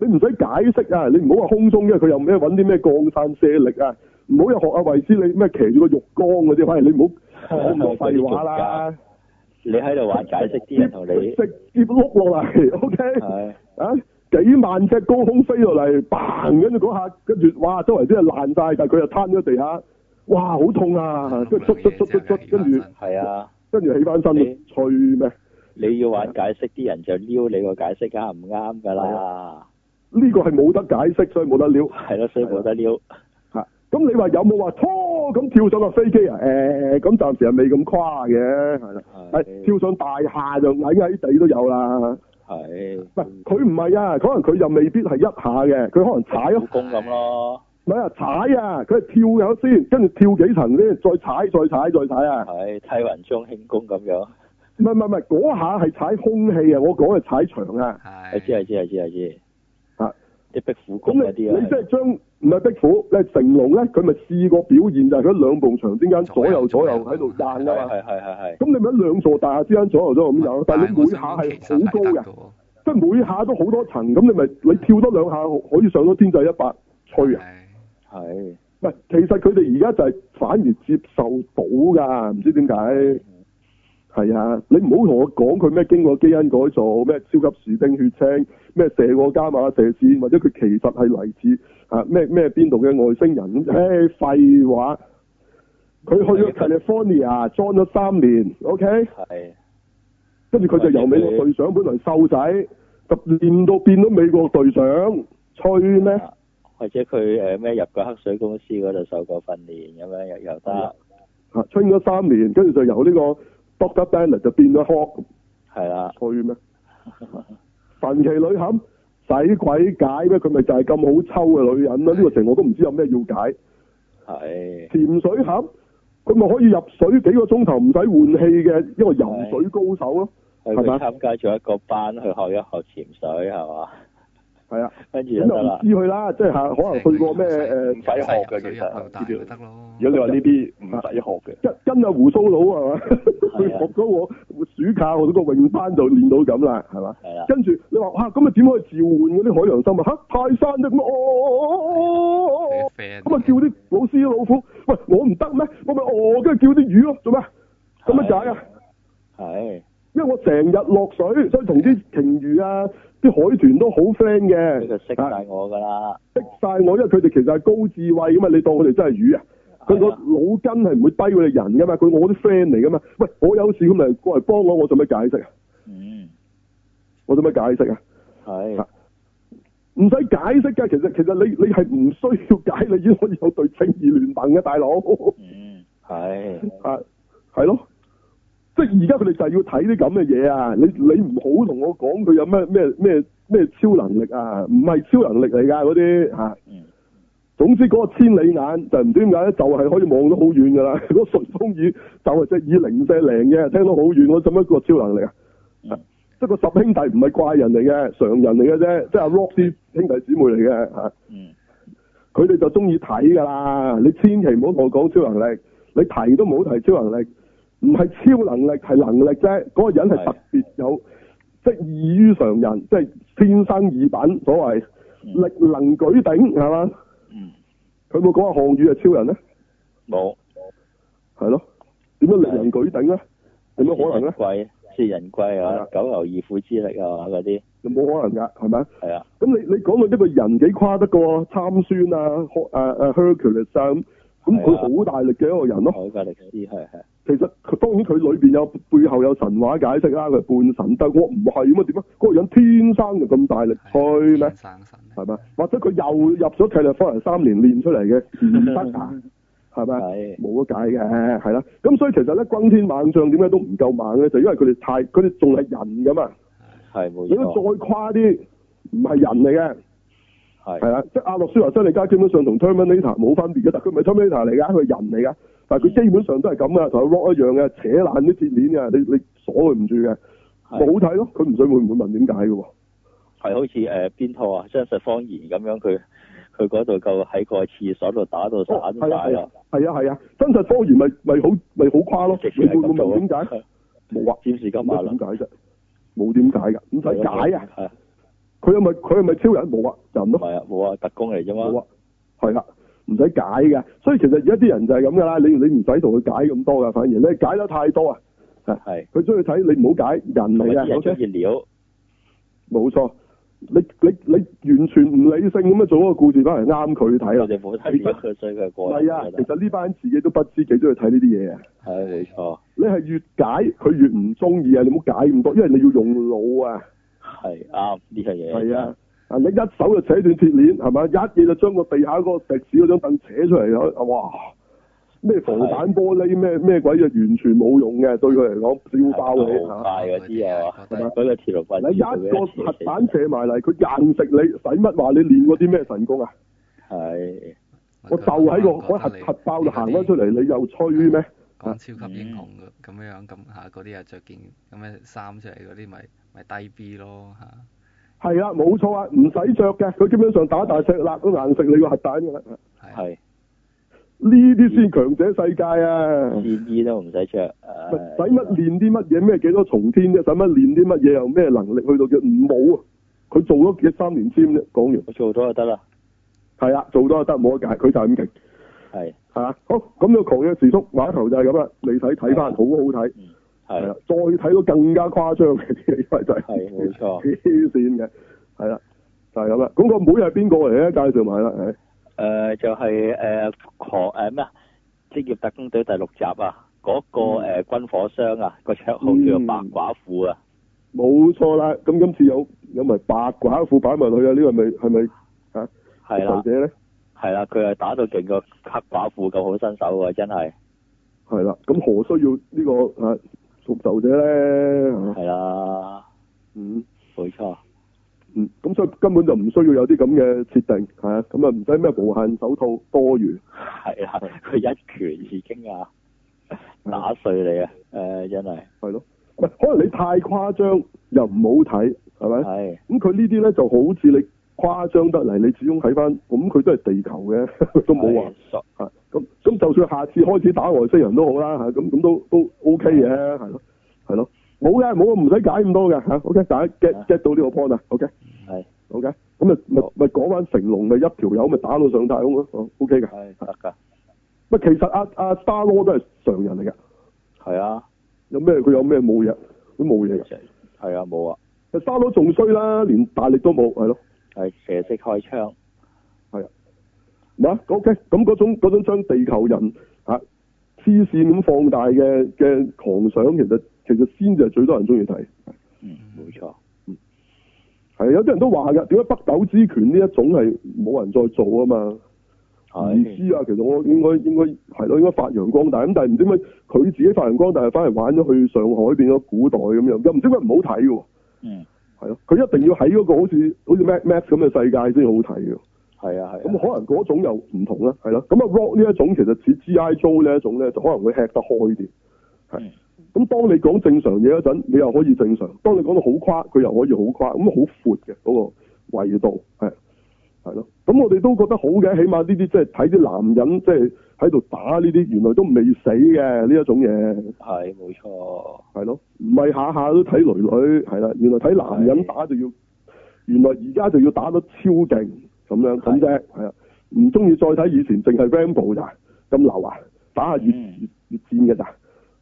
[SPEAKER 1] 你唔使解釋啊！你唔好話空中，因為佢又咩揾啲咩降散射力啊！唔好又學阿維斯你咩騎住個浴缸嗰啲，反而你唔好講咁多廢話 啦。
[SPEAKER 2] 你喺度話解釋啲人同你
[SPEAKER 1] 直接碌落嚟，OK？
[SPEAKER 2] 係
[SPEAKER 1] 啊，幾萬尺高空飛落嚟嘭跟住嗰下，跟住哇，周圍啲嘢爛晒，但係佢又攤咗地下，哇，好痛啊！跟住捽捽捽捽捽，跟住
[SPEAKER 2] 係啊，
[SPEAKER 1] 跟住起翻身，
[SPEAKER 2] 你
[SPEAKER 1] 脆咩？
[SPEAKER 2] 你要玩解釋啲人就撩你個解釋梗係唔啱㗎啦，
[SPEAKER 1] 呢個係冇得解釋，所以冇得了。
[SPEAKER 2] 係咯，所以冇得撩。
[SPEAKER 1] 嚇！咁你話有冇話拖咁跳上架飛機啊？誒、咁暫時係未咁誇嘅，係啊啦。係跳上大廈就矮矮地都有啦。
[SPEAKER 2] 係
[SPEAKER 1] 唔係佢唔係啊，可能佢又未必係一下嘅，佢可能踩咯
[SPEAKER 2] 武，功咁咯，
[SPEAKER 1] 唔係啊踩啊，佢係跳咗先，跟住跳幾層先，再踩再踩再踩啊！
[SPEAKER 2] 係梯雲中輕功咁樣。
[SPEAKER 1] 唔係唔係唔係，嗰下係踩空氣啊，我講係踩牆啊。
[SPEAKER 2] 我
[SPEAKER 3] 係
[SPEAKER 2] 知係知係知係知。
[SPEAKER 1] 啊！
[SPEAKER 2] 啲壁虎
[SPEAKER 1] 咁
[SPEAKER 2] 功嗰
[SPEAKER 1] 你
[SPEAKER 2] 啲
[SPEAKER 1] 你
[SPEAKER 2] 啊
[SPEAKER 1] 即係將唔係壁虎，你係成龍咧，佢咪試過表現就係佢喺兩埲牆之間左右左右喺度
[SPEAKER 2] 係，
[SPEAKER 1] 彈
[SPEAKER 2] 係
[SPEAKER 1] 啊嘛。
[SPEAKER 2] 係係係係
[SPEAKER 1] 咁你咪喺兩座大廈之間左右左右咁有，但係
[SPEAKER 3] 係
[SPEAKER 1] 你
[SPEAKER 3] 我
[SPEAKER 1] 每
[SPEAKER 3] 想
[SPEAKER 1] 下
[SPEAKER 3] 講其
[SPEAKER 1] 係
[SPEAKER 3] 實
[SPEAKER 1] 好高嘅
[SPEAKER 3] 係得，㗎
[SPEAKER 1] 即係每下都好多層，咁你咪你跳多兩下可以上到天際一百，吹
[SPEAKER 3] 喎
[SPEAKER 1] 啊！
[SPEAKER 3] 係
[SPEAKER 2] 係。
[SPEAKER 1] 唔係，其實佢哋而家就係反而接受到㗎，唔知點解。係啊，你唔好同我講佢咩經過基因改造，咩超級士兵血清，咩射過伽馬射線，或者佢其實係嚟自啊咩咩邊度嘅外星人。唉、廢話，佢去咗 California 裝咗三年，OK。
[SPEAKER 2] 係
[SPEAKER 1] 跟住佢就由美國隊長本來瘦仔，就練到變咗美國隊長，吹咩？
[SPEAKER 2] 啊或者佢誒咩入過黑水公司嗰度受過訓練咁樣又又得，
[SPEAKER 1] 啊，吹咗三年，跟住就由呢個 Doctor Banner 就變咗 Hawk，
[SPEAKER 2] 係啦，
[SPEAKER 1] 吹 咩？神奇女俠使鬼解咩？佢咪就係咁好抽嘅女人啦！呢、 個成我都唔知有咩要解。
[SPEAKER 2] 係
[SPEAKER 1] 潛水俠佢咪可以入水幾個鐘頭唔使換氣嘅一個游水高手咯，
[SPEAKER 2] 佢
[SPEAKER 1] 係嘛
[SPEAKER 2] 佢參加咗一個班去學一學潛水係嘛，
[SPEAKER 1] 係 啊，
[SPEAKER 2] 跟住
[SPEAKER 1] 咁
[SPEAKER 2] 就
[SPEAKER 1] 又
[SPEAKER 2] 得
[SPEAKER 1] 唔
[SPEAKER 2] 啦，
[SPEAKER 1] 知佢啦，即係嚇可能去過 咩誒
[SPEAKER 4] 唔使學嘅其實
[SPEAKER 3] 入到大咪得咯。
[SPEAKER 4] 如果你話呢啲唔使學嘅，
[SPEAKER 1] 跟跟阿胡鬚佬係嘛？
[SPEAKER 2] 啊
[SPEAKER 1] 佢學咗我暑假我嗰個泳班就練到咁啦，係嘛
[SPEAKER 2] 係啦？
[SPEAKER 1] 跟住你話哇，咁啊點可以召喚嗰啲海洋生物？嚇，泰山啫咁，哦哦哦哦哦
[SPEAKER 3] 你 friend
[SPEAKER 1] 咁啊叫啲老師老虎，喂我唔得咩？我咪哦，跟住叫啲魚咯，做咩？咁樣解啊？
[SPEAKER 2] 係
[SPEAKER 1] 因為我成日落水，所以同啲鯨魚啊、啲海豚都好 friend
[SPEAKER 2] 呢個識
[SPEAKER 1] 嘅。啊
[SPEAKER 2] 晒我㗎啦，
[SPEAKER 1] 識晒我，因為佢哋其實係高智慧噶嘛，你當佢哋真係魚啊？佢個
[SPEAKER 2] 係啊
[SPEAKER 1] 腦筋係唔會低過你人噶嘛，佢我啲 friend 嚟噶嘛。喂，我有事咁嚟過嚟幫我，我做咩解釋啊？
[SPEAKER 2] 嗯
[SPEAKER 1] 我做咩解釋啊？
[SPEAKER 2] 係
[SPEAKER 1] 啊唔使解釋㗎，其實其實你你係唔需要解，你已經可以有對正義聯盟啊嘅大佬
[SPEAKER 2] 嗯係
[SPEAKER 1] 啊，係咯。即係而家佢哋就係要睇啲咁嘅嘢啊！你你唔好同我講佢有咩咩咩咩超能力啊，唔係超能力嚟㗎嗰啲啊嚇。
[SPEAKER 2] 嗯
[SPEAKER 1] 總之嗰個千里眼就唔知點解咧，就係、可以望到好遠㗎啦。 嗰順風耳就係隻耳零舍靈嘅，聽到好遠，我做乜個超能力啊？
[SPEAKER 2] 嗯
[SPEAKER 1] 即係個十兄弟唔係怪人嚟嘅，常人嚟嘅啫，即係阿 Rock 啲兄弟姊妹嚟嘅嚇。
[SPEAKER 2] 嗯
[SPEAKER 1] 佢哋就中意睇㗎啦。你千祈唔好同我講超能力，你提都唔好提超能力，唔係超能力係能力啫。嗰、個人係特別有，即係異於常人，即係天生異品，所謂
[SPEAKER 2] 嗯
[SPEAKER 1] 力能舉鼎係嘛？
[SPEAKER 2] 嗯
[SPEAKER 1] 佢冇講話項羽係超人咧？
[SPEAKER 2] 冇
[SPEAKER 1] 係咯，點樣令人舉鼎咧？有冇可能咧？
[SPEAKER 2] 貴薛仁貴
[SPEAKER 1] 係
[SPEAKER 2] 啊
[SPEAKER 1] 啊，
[SPEAKER 2] 九牛二虎之力啊嗰啲
[SPEAKER 1] 就冇可能㗎，係咪？
[SPEAKER 2] 係啊，
[SPEAKER 1] 咁你你講到一個人幾誇得過參孫啊、誒誒啊 Hercules 啊咁，咁
[SPEAKER 2] 係啊
[SPEAKER 1] 佢好大力嘅一個人咯。
[SPEAKER 2] 好嘅歷史係係
[SPEAKER 1] 其實佢當然佢裏邊有背後有神話解釋啦，佢係半神，但係我唔係咁啊點啊？嗰、個人天生就咁大力，去咩
[SPEAKER 3] 天？生神嚟
[SPEAKER 1] 係咪？或者佢又入咗契力科人三年練出嚟嘅，唔得 啊，係咪？
[SPEAKER 2] 係
[SPEAKER 1] 冇得解嘅，係啦。咁所以其實咧，轟天猛將點解都唔夠猛咧？就因為佢哋太，佢哋仲係人㗎嘛。
[SPEAKER 2] 係冇
[SPEAKER 1] 如果再誇
[SPEAKER 2] 錯，
[SPEAKER 1] 啲，唔係人嚟嘅，係
[SPEAKER 2] 係
[SPEAKER 1] 啦。即係阿諾舒華辛力加基本上同 Terminator 冇分別嘅，但佢唔係 Terminator 嚟㗎，佢係人嚟㗎。但係
[SPEAKER 2] 嗯
[SPEAKER 1] 佢基本上都係咁啊，同阿 Rock 一樣嘅，扯爛啲鐵鏈嘅，你你鎖佢唔住嘅，
[SPEAKER 2] 係
[SPEAKER 1] 冇睇咯。佢唔信會唔會問點解嘅喎？
[SPEAKER 2] 係好似誒邊套啊《真實方言》咁樣，佢佢嗰度夠喺個廁所度打到
[SPEAKER 1] 哦
[SPEAKER 2] 散
[SPEAKER 1] 係啊
[SPEAKER 2] 晒
[SPEAKER 1] 係啊啊
[SPEAKER 2] 咯，
[SPEAKER 1] 係啊係啊，真實科研咪咪好咪好誇咯
[SPEAKER 2] 直，情
[SPEAKER 1] 你會
[SPEAKER 2] 係
[SPEAKER 1] 唔會
[SPEAKER 2] 咁做
[SPEAKER 1] 問
[SPEAKER 2] 啊
[SPEAKER 1] 點
[SPEAKER 2] 咯
[SPEAKER 1] 解？冇啊，
[SPEAKER 2] 占士金馬
[SPEAKER 1] 冇
[SPEAKER 2] 啦
[SPEAKER 1] 點，解啫？冇點解㗎，唔使解啊！
[SPEAKER 2] 係啊！
[SPEAKER 1] 佢係咪佢係咪超人冇啊？人
[SPEAKER 2] 唔
[SPEAKER 1] 咯。
[SPEAKER 2] 係啊，冇啊，特工嚟啫
[SPEAKER 1] 冇
[SPEAKER 2] 嘛
[SPEAKER 1] 啊，，係啦，唔使解嘅。所以其實而家啲人就係咁噶啦，你你唔使同佢解咁多噶，反而你解得太多啊，
[SPEAKER 2] 係
[SPEAKER 1] 佢中意睇你唔好啊解人
[SPEAKER 2] 同埋
[SPEAKER 1] 嚟
[SPEAKER 2] 啲
[SPEAKER 1] 嘅
[SPEAKER 2] 人
[SPEAKER 1] ，OK，
[SPEAKER 2] 中意
[SPEAKER 1] 啊
[SPEAKER 2] 料，
[SPEAKER 1] 冇錯。你你你完全唔理性咁樣做一個故事，反而啱佢睇
[SPEAKER 2] 我
[SPEAKER 1] 啦。
[SPEAKER 2] 哋冇得料，佢所以佢過嚟
[SPEAKER 1] 係啊，其
[SPEAKER 2] 係
[SPEAKER 1] 實呢班人自己都不知幾中意睇呢啲嘢啊。
[SPEAKER 2] 冇錯，
[SPEAKER 1] 你係越解佢越唔中意啊！你唔好解咁多，因為你要用腦啊。
[SPEAKER 2] 係啱呢樣嘢。
[SPEAKER 1] 係啊，啊你一手就扯斷鐵鏈，係咪？一嘢就將個地下嗰個石屎嗰張凳扯出嚟，啊哇！咩防彈玻璃咩咩鬼嘢，完全冇用嘅，對佢嚟講，
[SPEAKER 2] 係，
[SPEAKER 1] 照爆你嚇！
[SPEAKER 2] 好快嗰啲啊，
[SPEAKER 3] 係
[SPEAKER 2] 嗰個鐵路棍，
[SPEAKER 1] 你一個核彈射埋嚟，佢硬食你，使乜話你練過啲咩神功啊？
[SPEAKER 2] 係
[SPEAKER 3] 啊
[SPEAKER 1] 我就喺個嗰核核爆度行翻出嚟，你又吹咩？
[SPEAKER 4] 啊
[SPEAKER 3] 講哦超
[SPEAKER 4] 嗯
[SPEAKER 3] 級英雄咁咁樣咁嚇，嗰啲又着件咁嘅衫出嚟嗰啲咪咪低 B 咯嚇，
[SPEAKER 1] 係啦，冇錯啊，唔使着嘅，佢基本上打大石蠟都硬食你個核彈㗎啦。
[SPEAKER 3] 係
[SPEAKER 2] 係
[SPEAKER 1] 呢啲先強者世界啊！
[SPEAKER 2] 戰衣都唔使着，
[SPEAKER 1] 咪使乜練啲乜嘢咩幾多重天啫？使乜練啲乜嘢又咩能力去到嘅唔冇啊？佢做咗幾三年尖啫，講完
[SPEAKER 2] 我做到就得啦。
[SPEAKER 1] 係啦，做多就得，冇得解，佢就係咁勁，
[SPEAKER 2] 係
[SPEAKER 1] 係啊。好，咁就狂嘅時速畫頭就係咁啦，你睇睇翻，好好睇，係啦
[SPEAKER 2] 係，
[SPEAKER 1] 再睇到更加誇張嘅嘢，因為就
[SPEAKER 2] 係冇錯。
[SPEAKER 1] 係 黐線嘅，係啦，就係咁啦。咁個妹係邊個嚟咧？介紹埋啦，係
[SPEAKER 2] 誒呃就係誒狂誒咩啊？職業特工隊第六集啊，嗰個
[SPEAKER 1] 嗯
[SPEAKER 2] 誒軍火商啊，個綽號叫做白寡婦啊，
[SPEAKER 1] 冇錯啦。咁今次有有埋白寡婦擺埋佢啊？呢個係咪係咪
[SPEAKER 2] 係啦
[SPEAKER 1] 強。者咧？
[SPEAKER 2] 係啦，佢係打到勁過黑寡婦咁好身手喎，真係
[SPEAKER 1] 係啦，咁何需要呢、個啊復仇者咧？係嘛
[SPEAKER 2] 係啦，
[SPEAKER 1] 嗯
[SPEAKER 2] 冇錯，
[SPEAKER 1] 嗯，咁所以根本就唔需要有啲咁嘅設定，係啊，咁啊唔使咩無限手套多餘，
[SPEAKER 2] 係啦，
[SPEAKER 1] 嗯
[SPEAKER 2] 佢一拳已經啊打碎你啊，誒真係
[SPEAKER 1] 係咯，唔係可能你太誇張又唔好睇，係咪？
[SPEAKER 2] 係
[SPEAKER 1] 咁佢呢啲咧就好似你誇張得嚟，你始終睇翻，咁佢都係地球嘅， 都冇啊話
[SPEAKER 2] 係
[SPEAKER 1] 嚇，咁咁就算下次開始打外星人都好啦嚇，咁咁都都 OK 嘅，係咯，係咯，冇嘅冇啊，唔使解咁多嘅嚇，OK，大家 get get 到呢個 point 啊，OK。
[SPEAKER 2] 係
[SPEAKER 1] O K，咁啊咪
[SPEAKER 2] 好
[SPEAKER 1] 咪講翻成龍咪一條友咪打到上太空咯，O 哦 K 噶。
[SPEAKER 2] 係得㗎，
[SPEAKER 1] 咪其實阿阿 Star Law 都係常人嚟噶，
[SPEAKER 2] 係啊，
[SPEAKER 1] 有咩佢有咩冇嘢，都冇嘢噶。
[SPEAKER 2] 係啊冇啊，
[SPEAKER 1] Star Law 仲衰啦，連大力都冇，係咯，
[SPEAKER 2] 係射式開槍，
[SPEAKER 1] 嗱 O K，咁啊嗰種嗰種將地球人嚇黐線咁放大嘅嘅狂想，其實其實先至係最多人中意睇。
[SPEAKER 2] 嗯冇錯，
[SPEAKER 1] 係有啲人都話㗎，點解北斗之拳呢一種係冇人再做啊嘛？唔
[SPEAKER 2] 係
[SPEAKER 1] 知啊，其實我應該應該係咯，應該發揚光大咁，但係唔知點解佢自己發揚光大，反而玩咗去上海變咗古代咁樣，又唔知點解唔好睇嘅喎，
[SPEAKER 2] 嗯
[SPEAKER 1] 係咯，佢一定要喺嗰個好似好似 Max Max 咁嘅世界先好睇嘅，
[SPEAKER 2] 係啊係啊，
[SPEAKER 1] 咁可能嗰種又唔同啦，係咯，咁啊 Rock 呢一種其實似 G.I. Joe 呢一種咧，就可能會吃得開啲，係
[SPEAKER 2] 嗯。
[SPEAKER 1] 咁當你講正常嘢嗰陣，你又可以正常；當你講到好誇，佢又可以好誇，咁好闊嘅嗰、個維度係係咯。咁我哋都覺得好嘅，起碼呢啲即係睇啲男人即係喺度打呢啲，原來都未死嘅呢一種嘢
[SPEAKER 2] 係冇錯，
[SPEAKER 1] 係咯，唔係下下都睇女女係啦，原來睇男人
[SPEAKER 2] 係
[SPEAKER 1] 打就要，原來而家就要打得超勁咁樣咁啫，係啊，唔中意再睇以前淨係 Rambo 咋咁流啊，打下越
[SPEAKER 2] 嗯
[SPEAKER 1] 越越戰嘅咋，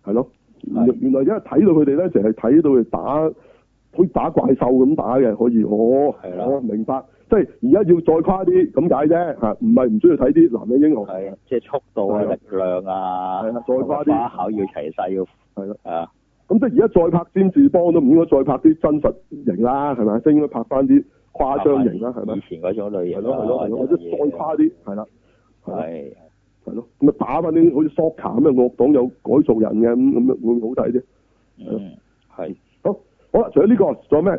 [SPEAKER 1] 係咯。
[SPEAKER 2] 係
[SPEAKER 1] 原來而家睇到佢哋咧，淨係睇到佢打，好似打怪獸咁打嘅，可以，哦，
[SPEAKER 2] 係啦
[SPEAKER 1] 哦明白。即係而家要再誇啲咁解啫嚇，唔係唔需要睇啲男人英雄，
[SPEAKER 2] 係啊，即係速度啊、
[SPEAKER 1] 係啊
[SPEAKER 2] 力量啊，
[SPEAKER 1] 係啊再花啲
[SPEAKER 2] 花巧要齊晒要
[SPEAKER 1] 係咯。
[SPEAKER 2] 啊，
[SPEAKER 1] 咁即係而家再拍詹士邦都唔應該再拍啲真實型啦，係咪？即係應該拍翻啲誇張型啦，係咪
[SPEAKER 2] 以？前嗰種類
[SPEAKER 1] 係
[SPEAKER 2] 型
[SPEAKER 1] 咯
[SPEAKER 2] 啊
[SPEAKER 1] 係咯係咯，或者再誇啲係啦，係咯
[SPEAKER 2] 係
[SPEAKER 1] 係咯，咁咪啊打翻啲好似 soccer 咁嘅惡黨有改造人嘅咁咁樣會唔會好睇啫？
[SPEAKER 2] 嗯係。
[SPEAKER 1] 好，好啦，除咗呢、個，仲有咩？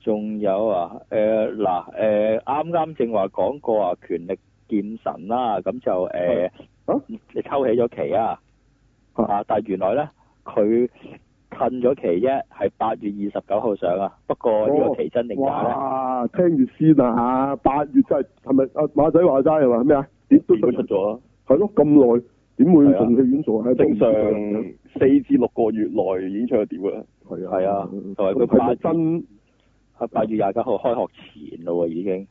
[SPEAKER 2] 仲有啊，誒、嗱，誒啱啱正話講過啊，權力劍神啦，咁就誒、
[SPEAKER 1] 啊
[SPEAKER 2] 你抽起咗旗啊，
[SPEAKER 1] 啊
[SPEAKER 2] 啊，但係原來咧佢褪咗旗啫，係八月二十九號上啊，不過呢個旗真定假咧，
[SPEAKER 1] 哦哇！聽住先啊，八月真係係咪阿馬仔話齋係嘛？咩啊？點都
[SPEAKER 4] 點都出咗啦。
[SPEAKER 1] 係咯，咁耐點會
[SPEAKER 4] 係啊
[SPEAKER 1] 仲戲院做啊？喺度
[SPEAKER 4] 正常四至六個月內演唱碟啦。
[SPEAKER 1] 係啊
[SPEAKER 2] 係啊同埋佢
[SPEAKER 1] 咁係咪
[SPEAKER 2] 八
[SPEAKER 1] 真
[SPEAKER 2] 係啊八月廿九號開學前咯喎已經，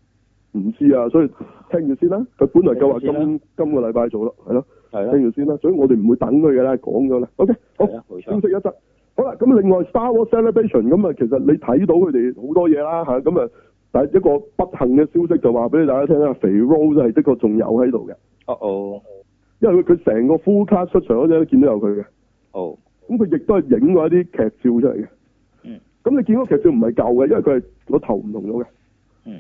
[SPEAKER 1] 唔知啊，所以聽住先啦。佢本來就話
[SPEAKER 2] 聽住先
[SPEAKER 1] 今今個禮拜做咯，係咯，
[SPEAKER 2] 係啦，
[SPEAKER 1] 聽住先啦。所以我哋唔會等佢嘅啦，講咗啦。OK，好
[SPEAKER 2] 係。啦，啊冇
[SPEAKER 1] 消
[SPEAKER 2] 錯，
[SPEAKER 1] 息一則。好啦，咁另外 Star Wars Celebration 咁啊，其實你睇到佢哋好多嘢啦嚇，咁啊，但係一個不幸嘅消息就話俾大家聽啦，肥 Rose 係的確仲有喺度嘅，
[SPEAKER 2] 哦哦
[SPEAKER 1] 因為佢佢成個 full cast 出場嗰陣都見到有佢嘅，
[SPEAKER 2] 哦，
[SPEAKER 1] 咁佢亦都係影過一啲劇照出嚟嘅。
[SPEAKER 2] 嗯。
[SPEAKER 1] 咁你見嗰個劇照唔係舊嘅，因為佢係個頭唔同咗嘅，
[SPEAKER 2] 嗯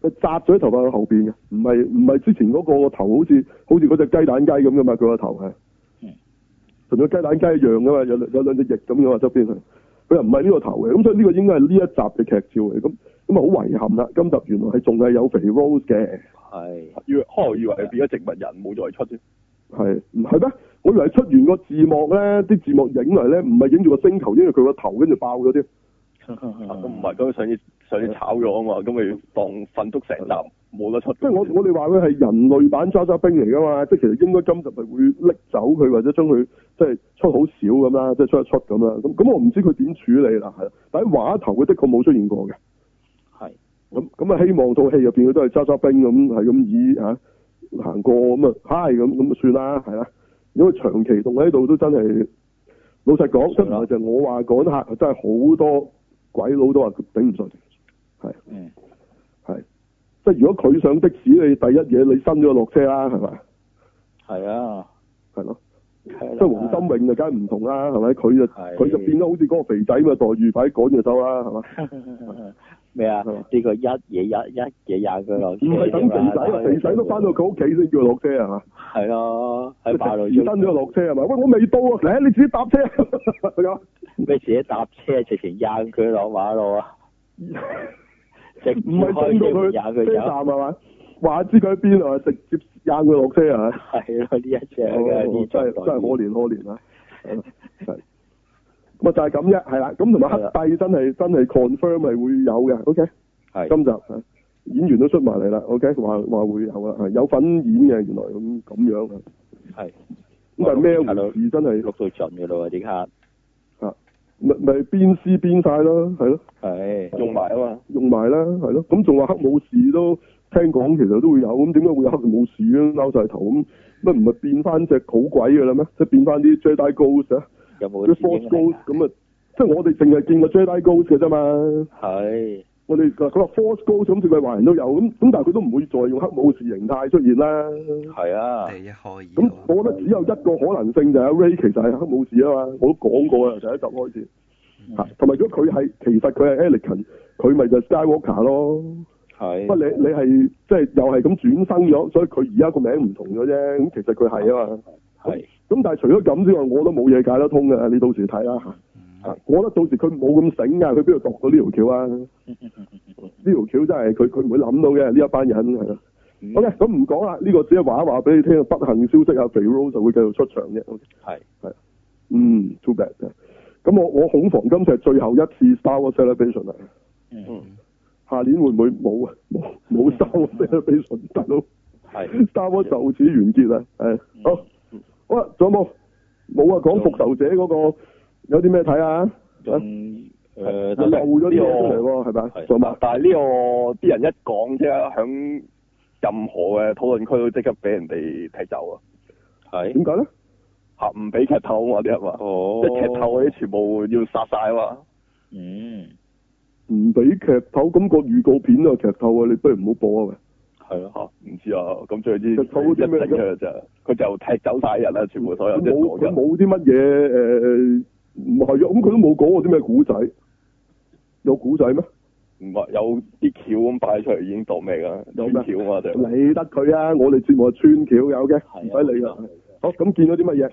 [SPEAKER 1] 佢紮咗啲頭髮喺後邊嘅，唔係唔係之前嗰個頭好似好似嗰只雞蛋雞咁嘅嘛，佢個頭係。
[SPEAKER 2] 嗯
[SPEAKER 1] 同咗雞蛋雞一樣噶嘛，有兩有兩隻翼咁嘅嘛側邊係，佢又唔係呢個頭嘅，咁所以呢個應該係呢一集嘅劇照嚟，咁咁啊好遺憾啦，今集原來係仲係有肥 Rose 嘅，
[SPEAKER 2] 係，
[SPEAKER 4] 以為可能以為係變咗植物人冇再出啫。
[SPEAKER 1] 係唔係咩？我以為出完個字幕咧，啲字幕影嚟咧，唔係影住個星球，因為佢個頭跟住爆咗添，嗯
[SPEAKER 2] 啊
[SPEAKER 4] 咁唔係，咁上次上次炒咗啊嘛，咁咪當瞓足成集冇得出。
[SPEAKER 1] 即係我我哋話佢係人類版渣渣兵嚟噶嘛，即係其實應該今集係會拎走佢或者將佢即係出好少咁啦，即係出一出咁啦，咁咁我唔知佢點處理啦，係啦，但喺畫頭佢的確冇出現過嘅。
[SPEAKER 2] 係
[SPEAKER 1] 咁咁啊，希望套戲入邊佢都係揸揸兵咁，係咁以嚇行過咁啊，嗨咁咁就算啦，係啦。因為長期棟喺度都真係老實講，真唔係就係我話趕客，真係好多鬼佬都話頂唔順，係
[SPEAKER 2] 嗯
[SPEAKER 1] 係。即係如果佢上的士，你第一嘢你伸咗落車啦，係咪？
[SPEAKER 2] 係啊，
[SPEAKER 1] 係咯，
[SPEAKER 2] 即
[SPEAKER 1] 即係黃心穎就梗係唔同啦，係咪？佢就
[SPEAKER 2] 係
[SPEAKER 1] 佢就變咗好似嗰個肥仔咁嘅啊待遇，快啲趕就走啦，係嘛？
[SPEAKER 2] 咩啊？
[SPEAKER 1] 係嘛
[SPEAKER 2] 呢個一嘢一一嘢廿句落車
[SPEAKER 1] 嗯唔係等肥仔啊，肥仔都翻到佢屋企先叫佢落車係嘛？
[SPEAKER 2] 係咯，喺馬路
[SPEAKER 1] 佢
[SPEAKER 2] 中
[SPEAKER 1] 登咗落車係咪？喂，我未到啊！嚟，你自己搭車。佢話
[SPEAKER 2] 咩自己搭車直情掗佢落馬路啊！直接
[SPEAKER 1] 唔係送
[SPEAKER 2] 開
[SPEAKER 1] 到
[SPEAKER 2] 車門掗
[SPEAKER 1] 佢
[SPEAKER 2] 佢
[SPEAKER 1] 車站
[SPEAKER 2] 走，
[SPEAKER 1] 係嘛？話知佢喺邊啊？直接硬佢落車啊！
[SPEAKER 2] 係啊咯呢一隻嘅
[SPEAKER 1] 哦
[SPEAKER 2] 呢
[SPEAKER 1] 真係真係可憐可憐啊！係咁啊，就係咁啫，係啦。咁同埋黑帝真係真係 confirm 係會有嘅。OK，
[SPEAKER 2] 係
[SPEAKER 1] 今集啊演員都出埋嚟啦。OK，話話會有啦，啊係有份演嘅原來咁咁樣啊。
[SPEAKER 2] 係
[SPEAKER 1] 哦咁但係咩回事真係
[SPEAKER 2] 碌到盡嘅咯喎，啲卡
[SPEAKER 1] 咪咪邊撕邊晒咯，係咯。
[SPEAKER 2] 係
[SPEAKER 4] 用埋啊嘛，
[SPEAKER 1] 用埋啦，係咯。咁仲話黑武士都聽講，其實都會有。咁點解會有黑武士咧？拗晒頭咁，乜唔係變翻隻好鬼嘅啦咩？即係變翻啲 Jedi Ghost 啊，
[SPEAKER 2] 有冇
[SPEAKER 1] 啲
[SPEAKER 2] 啲
[SPEAKER 1] Force Ghost
[SPEAKER 2] 英靈啊？
[SPEAKER 1] 咁啊！即係我哋淨係見過 Jedi Ghost 嘅啫嘛。
[SPEAKER 2] 係
[SPEAKER 1] 我哋佢話 Force Ghost 咁，淨係華人都有咁，咁但係佢都唔會再用黑武士形態出現啦。
[SPEAKER 2] 係啊，
[SPEAKER 3] 地一開二
[SPEAKER 1] 咁
[SPEAKER 3] 度
[SPEAKER 1] 我覺得只有一個可能性就係阿 Ray 其實係黑武士啊嘛，我都講過啦，第一集開始嚇，同埋如果佢係其實佢係 Anakin，佢咪就係 Skywalker 咯。
[SPEAKER 2] 係
[SPEAKER 1] 不過你你係即係又係咁轉生咗，所以佢而家個名唔同咗啫。咁其實佢係啊嘛。
[SPEAKER 2] 係
[SPEAKER 1] 咁但係除咗咁之外，我都冇嘢解得通嘅。你到時睇啦嚇。
[SPEAKER 2] 係
[SPEAKER 1] 我覺得到時佢冇咁醒啊，佢邊度度到呢條橋啊？呢條橋真係佢佢唔會諗到嘅呢一班人係咯。
[SPEAKER 2] 嗯
[SPEAKER 1] OK，咁唔講啦，呢、個只係話一話俾你聽，不幸消息啊，肥 Rose 就會繼續出場啫。OK，
[SPEAKER 2] 係
[SPEAKER 1] 嗯，too bad 咁我我恐防今次係最後一次 Star Wars Celebration 啦。
[SPEAKER 2] 嗯
[SPEAKER 1] 下年會唔會冇啊？冇冇 Star Wars Celebration 大佬？
[SPEAKER 2] 係
[SPEAKER 1] Star Wars 就此完結啦，係好，好啦，仲有冇？冇啊，講復仇者嗰、個有啲咩睇啊？
[SPEAKER 2] 仲
[SPEAKER 1] 漏
[SPEAKER 2] 誒得啦
[SPEAKER 1] 咗啲嘢出嚟喎，係咪？
[SPEAKER 2] 係
[SPEAKER 1] 仲有
[SPEAKER 4] 但
[SPEAKER 1] 冇？
[SPEAKER 4] 但係呢個啲人一講啫，響任何嘅討論區都即刻俾人哋踢走啊！
[SPEAKER 2] 係
[SPEAKER 1] 點解咧？
[SPEAKER 4] 嚇唔俾劇透啊嘛啲人話，
[SPEAKER 2] 哦
[SPEAKER 4] 即係劇透嗰啲全部要殺晒啊嘛！
[SPEAKER 2] 嗯
[SPEAKER 1] 唔俾劇透，咁、個預告片都有劇透啊！你不如唔好播啊！喂
[SPEAKER 2] 係咯，
[SPEAKER 4] 嚇唔知啊，咁最之
[SPEAKER 1] 佢套啲咩
[SPEAKER 4] 一定嘅咋，佢就踢走晒人啦，全部所有
[SPEAKER 1] 佢
[SPEAKER 4] 即係
[SPEAKER 1] 冇
[SPEAKER 4] 所
[SPEAKER 1] 佢
[SPEAKER 4] 有人
[SPEAKER 1] 冇啲乜嘢誒，唔係啊，咁佢都冇講過啲咩古仔，有古仔咩？
[SPEAKER 4] 唔係有啲橋咁擺出嚟已經當咩㗎？
[SPEAKER 1] 有咩
[SPEAKER 4] 啲橋啊嘛就
[SPEAKER 1] 理得佢啊！我哋節目係穿橋有嘅，唔
[SPEAKER 2] 係啊
[SPEAKER 1] 使理啦。好，咁見到啲乜嘢？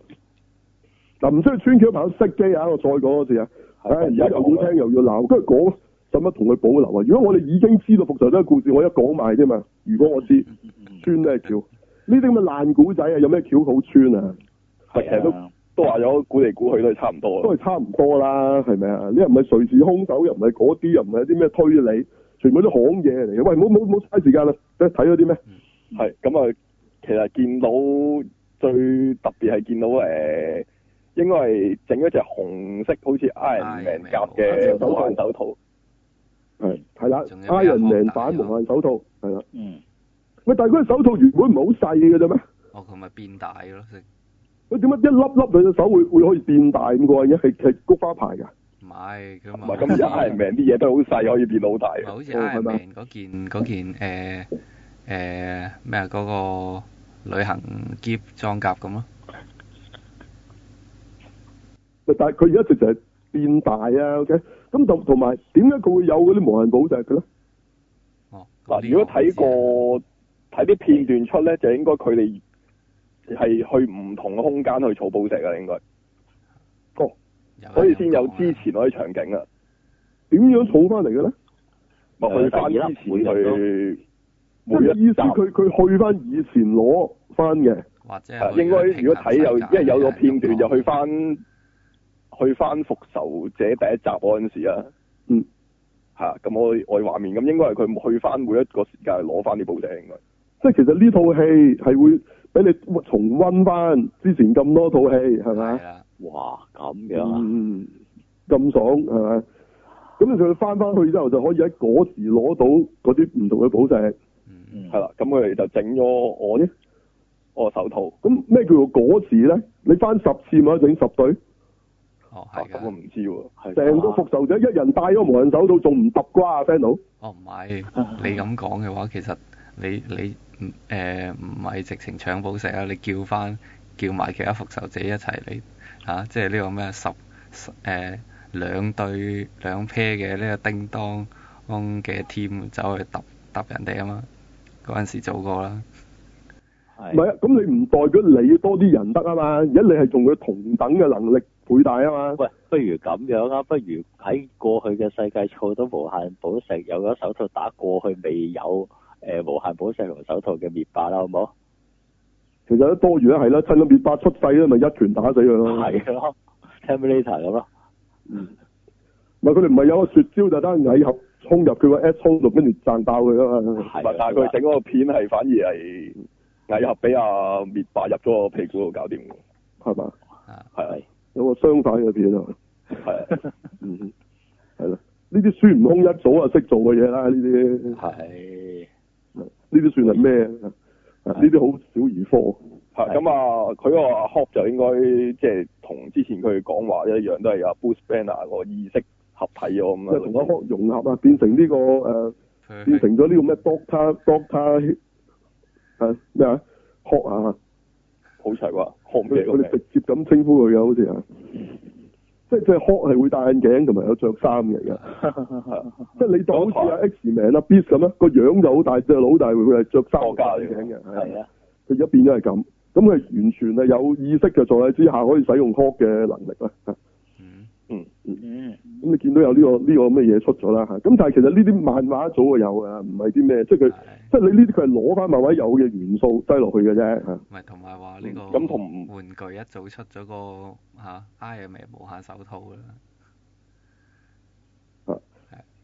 [SPEAKER 1] 嗱，唔需要穿橋朋友熄機啊！我再講多次啊！唉，而家又要聽又要鬧，跟住講，使乜同佢保留啊？如果我哋已經知道復仇者嘅故事，我一講埋啫嘛。如果我 知
[SPEAKER 2] 嗯
[SPEAKER 1] 穿咩橋，呢啲咁嘅爛古仔啊，有咩橋好穿啊？
[SPEAKER 4] 其實都
[SPEAKER 2] 嗯
[SPEAKER 4] 都話咗估嚟估去都係差唔多
[SPEAKER 1] 都
[SPEAKER 4] 啊。
[SPEAKER 1] 係差唔多啦，係咪啊？你又唔係誰是兇手，又唔係嗰啲，又唔係啲咩推理，全部都行嘢嚟嘅。喂，冇冇冇嘥時間啦！睇睇咗啲咩？
[SPEAKER 4] 係咁啊，其實見到最特別係見到誒，應該係整咗隻紅色好似 Iron Man 夾
[SPEAKER 3] Iron
[SPEAKER 4] 嘅
[SPEAKER 1] Man
[SPEAKER 4] 無限手套。
[SPEAKER 1] 係睇啦
[SPEAKER 3] 仲有咩
[SPEAKER 1] ，Iron Man
[SPEAKER 3] 學大啊
[SPEAKER 1] 版無限手套係啦。
[SPEAKER 2] 嗯，
[SPEAKER 1] 喂，但係嗰隻手套原本唔係好細嘅啫咩？
[SPEAKER 3] 哦，佢咪變大咯，食
[SPEAKER 1] 佢點解一粒粒佢隻手會會可以變大咁過癮嘅？係係菊花牌㗎。
[SPEAKER 3] 唔係佢
[SPEAKER 4] 唔
[SPEAKER 3] 咪
[SPEAKER 4] 係咁而家 Iron Man 啲嘢都好細，可以變到嗯好大
[SPEAKER 3] 咪好
[SPEAKER 4] 嘅。
[SPEAKER 3] 似
[SPEAKER 1] 哦係
[SPEAKER 3] Iron
[SPEAKER 1] 咪
[SPEAKER 3] Man 嗰件嗰件誒誒咩啊嗰個旅行夾裝甲咁咯，
[SPEAKER 1] 咪但係佢而家直就係變大啊，OK？咁同同埋點解佢會有嗰啲無限寶石嘅咧？
[SPEAKER 3] 哦，咁
[SPEAKER 4] 嗱，
[SPEAKER 3] 呢
[SPEAKER 4] 如
[SPEAKER 3] 個
[SPEAKER 4] 果睇
[SPEAKER 3] 我
[SPEAKER 4] 過睇啲片段出咧，就應該佢哋係去唔同嘅空間去儲寶石啊㗎，應該，
[SPEAKER 1] 哦
[SPEAKER 3] 知啊
[SPEAKER 4] 所以嗯先有
[SPEAKER 3] 人講
[SPEAKER 4] 之
[SPEAKER 3] 啦
[SPEAKER 4] 前嗰啲場景啊。
[SPEAKER 1] 點樣儲翻嚟嘅咧？
[SPEAKER 4] 咪去翻之前去
[SPEAKER 1] 即
[SPEAKER 4] 每
[SPEAKER 1] 係
[SPEAKER 4] 一
[SPEAKER 1] 意思
[SPEAKER 4] 集啊
[SPEAKER 1] 佢佢去翻以前攞翻嘅，
[SPEAKER 3] 或者
[SPEAKER 4] 啊
[SPEAKER 3] 係
[SPEAKER 4] 應該
[SPEAKER 3] 去
[SPEAKER 4] 如果睇有，
[SPEAKER 3] 平衡
[SPEAKER 4] 因為有個片段就去
[SPEAKER 3] 啊世界咁講
[SPEAKER 4] 翻去翻復仇者第一集嗰陣時啊，
[SPEAKER 1] 嗯，
[SPEAKER 4] 嚇咁我我畫面咁應該係佢去翻每一個時間攞翻啲寶石應該。
[SPEAKER 1] 即係其實呢套戲係會俾你重温翻之前咁多套戲，係咪
[SPEAKER 4] 啊
[SPEAKER 3] 係？啦，
[SPEAKER 2] 哇咁樣啊，
[SPEAKER 1] 嗯，咁爽係咪？咁你就翻翻去之後就可以喺嗰時攞到嗰啲唔同嘅寶石。
[SPEAKER 3] 嗯，
[SPEAKER 2] 嗯
[SPEAKER 4] 係啦，咁佢哋就整咗我
[SPEAKER 1] 咦
[SPEAKER 4] 我手套，
[SPEAKER 1] 咁咩叫做嗰時咧？你翻十次咪可以整十對？
[SPEAKER 3] 哦
[SPEAKER 4] 啊
[SPEAKER 3] 係
[SPEAKER 4] 咁我
[SPEAKER 3] 㗎，
[SPEAKER 4] 唔知喎，
[SPEAKER 2] 係啊
[SPEAKER 1] 成個復仇者一人戴咗無人手套，仲唔揼瓜啊，Fendo？
[SPEAKER 3] 哦唔係，你咁講嘅話，其實你你唔誒唔係直情搶寶石啊，你叫翻叫埋其他復仇者一齊你嚇、啊即係呢個咩十十誒、兩對兩 pair 嘅呢個叮當嘅 team 走去揼揼人哋啊嘛，嗰陣時做過啦，
[SPEAKER 1] 唔係啊，咁你唔代表你多啲人得啊嘛，而家你係同佢同等嘅能力倍大啊嘛。
[SPEAKER 2] 喂，不如咁樣啊，不如喺過去嘅世界儲到無限寶石，有咗手套打過去未有誒、呃、無限寶石同手套嘅滅霸啦，好冇？
[SPEAKER 1] 其實多餘咧係啦，趁個滅霸出世咧，咪一拳打死佢
[SPEAKER 2] 嗯
[SPEAKER 1] 咯。
[SPEAKER 2] 係咯，Terminator 咁咯，
[SPEAKER 1] 唔係佢哋唔係有個雪招就得蟻俠衝入佢個 S 衝度，跟住掙爆佢啊嘛。
[SPEAKER 2] 係
[SPEAKER 4] 但係佢整嗰個片係反而係蟻俠俾阿滅霸入咗個屁股度搞掂嘅，
[SPEAKER 1] 係嘛？
[SPEAKER 3] 啊
[SPEAKER 4] 係啊
[SPEAKER 2] 係
[SPEAKER 1] 有個相反嘅片啊。
[SPEAKER 4] 係啊。
[SPEAKER 1] 嗯，係啦，呢啲孫悟空一早啊識做嘅嘢啦，呢啲
[SPEAKER 2] 係
[SPEAKER 1] 呢啲算係咩啊？啊呢啲好小兒科。
[SPEAKER 4] 係咁啊，佢個阿 Hop 就應該即係同之前佢講話一樣，都係阿 Bruce Banner 個意識合體咗
[SPEAKER 1] 即係
[SPEAKER 4] 咁
[SPEAKER 1] 同
[SPEAKER 4] 啊
[SPEAKER 1] 阿。康融合啊，變成呢、個誒、呃，變成咗呢個咩 Doctor Doctor 誒咩啊學啊，
[SPEAKER 4] 好齊話 Hop
[SPEAKER 1] 佢
[SPEAKER 4] 咩
[SPEAKER 1] 佢哋
[SPEAKER 4] 咁
[SPEAKER 1] 直接咁稱呼佢嘅好似啊，即係即係 Hawk 係會戴眼鏡同埋有着衫嘅而家，即係你當好似阿 X 名啦 Beast 咁啦，個樣就好大隻佬，但係佢係着衫
[SPEAKER 4] 國家嚟
[SPEAKER 1] 戴
[SPEAKER 4] 嘅
[SPEAKER 1] 眼鏡嘅，係
[SPEAKER 2] 係
[SPEAKER 1] 啊
[SPEAKER 2] 啊，
[SPEAKER 1] 佢而家變咗係咁，咁佢完全係有意識嘅狀態之下可以使用 Hawk 嘅能力啦。啊
[SPEAKER 3] 嗯
[SPEAKER 2] 嗯，
[SPEAKER 1] 咁你見到有呢、個呢、個咩嘢出咗啦嚇，咁但係其實呢啲漫畫一早就有嘅，唔係啲咩，即係佢
[SPEAKER 3] 係
[SPEAKER 1] 即係你呢啲佢係攞翻漫畫有嘅元素擠落去嘅啫嚇。
[SPEAKER 3] 咪同埋話呢個
[SPEAKER 4] 咁同
[SPEAKER 3] 玩具一早出咗個嚇 Iron Man 無限手套啦，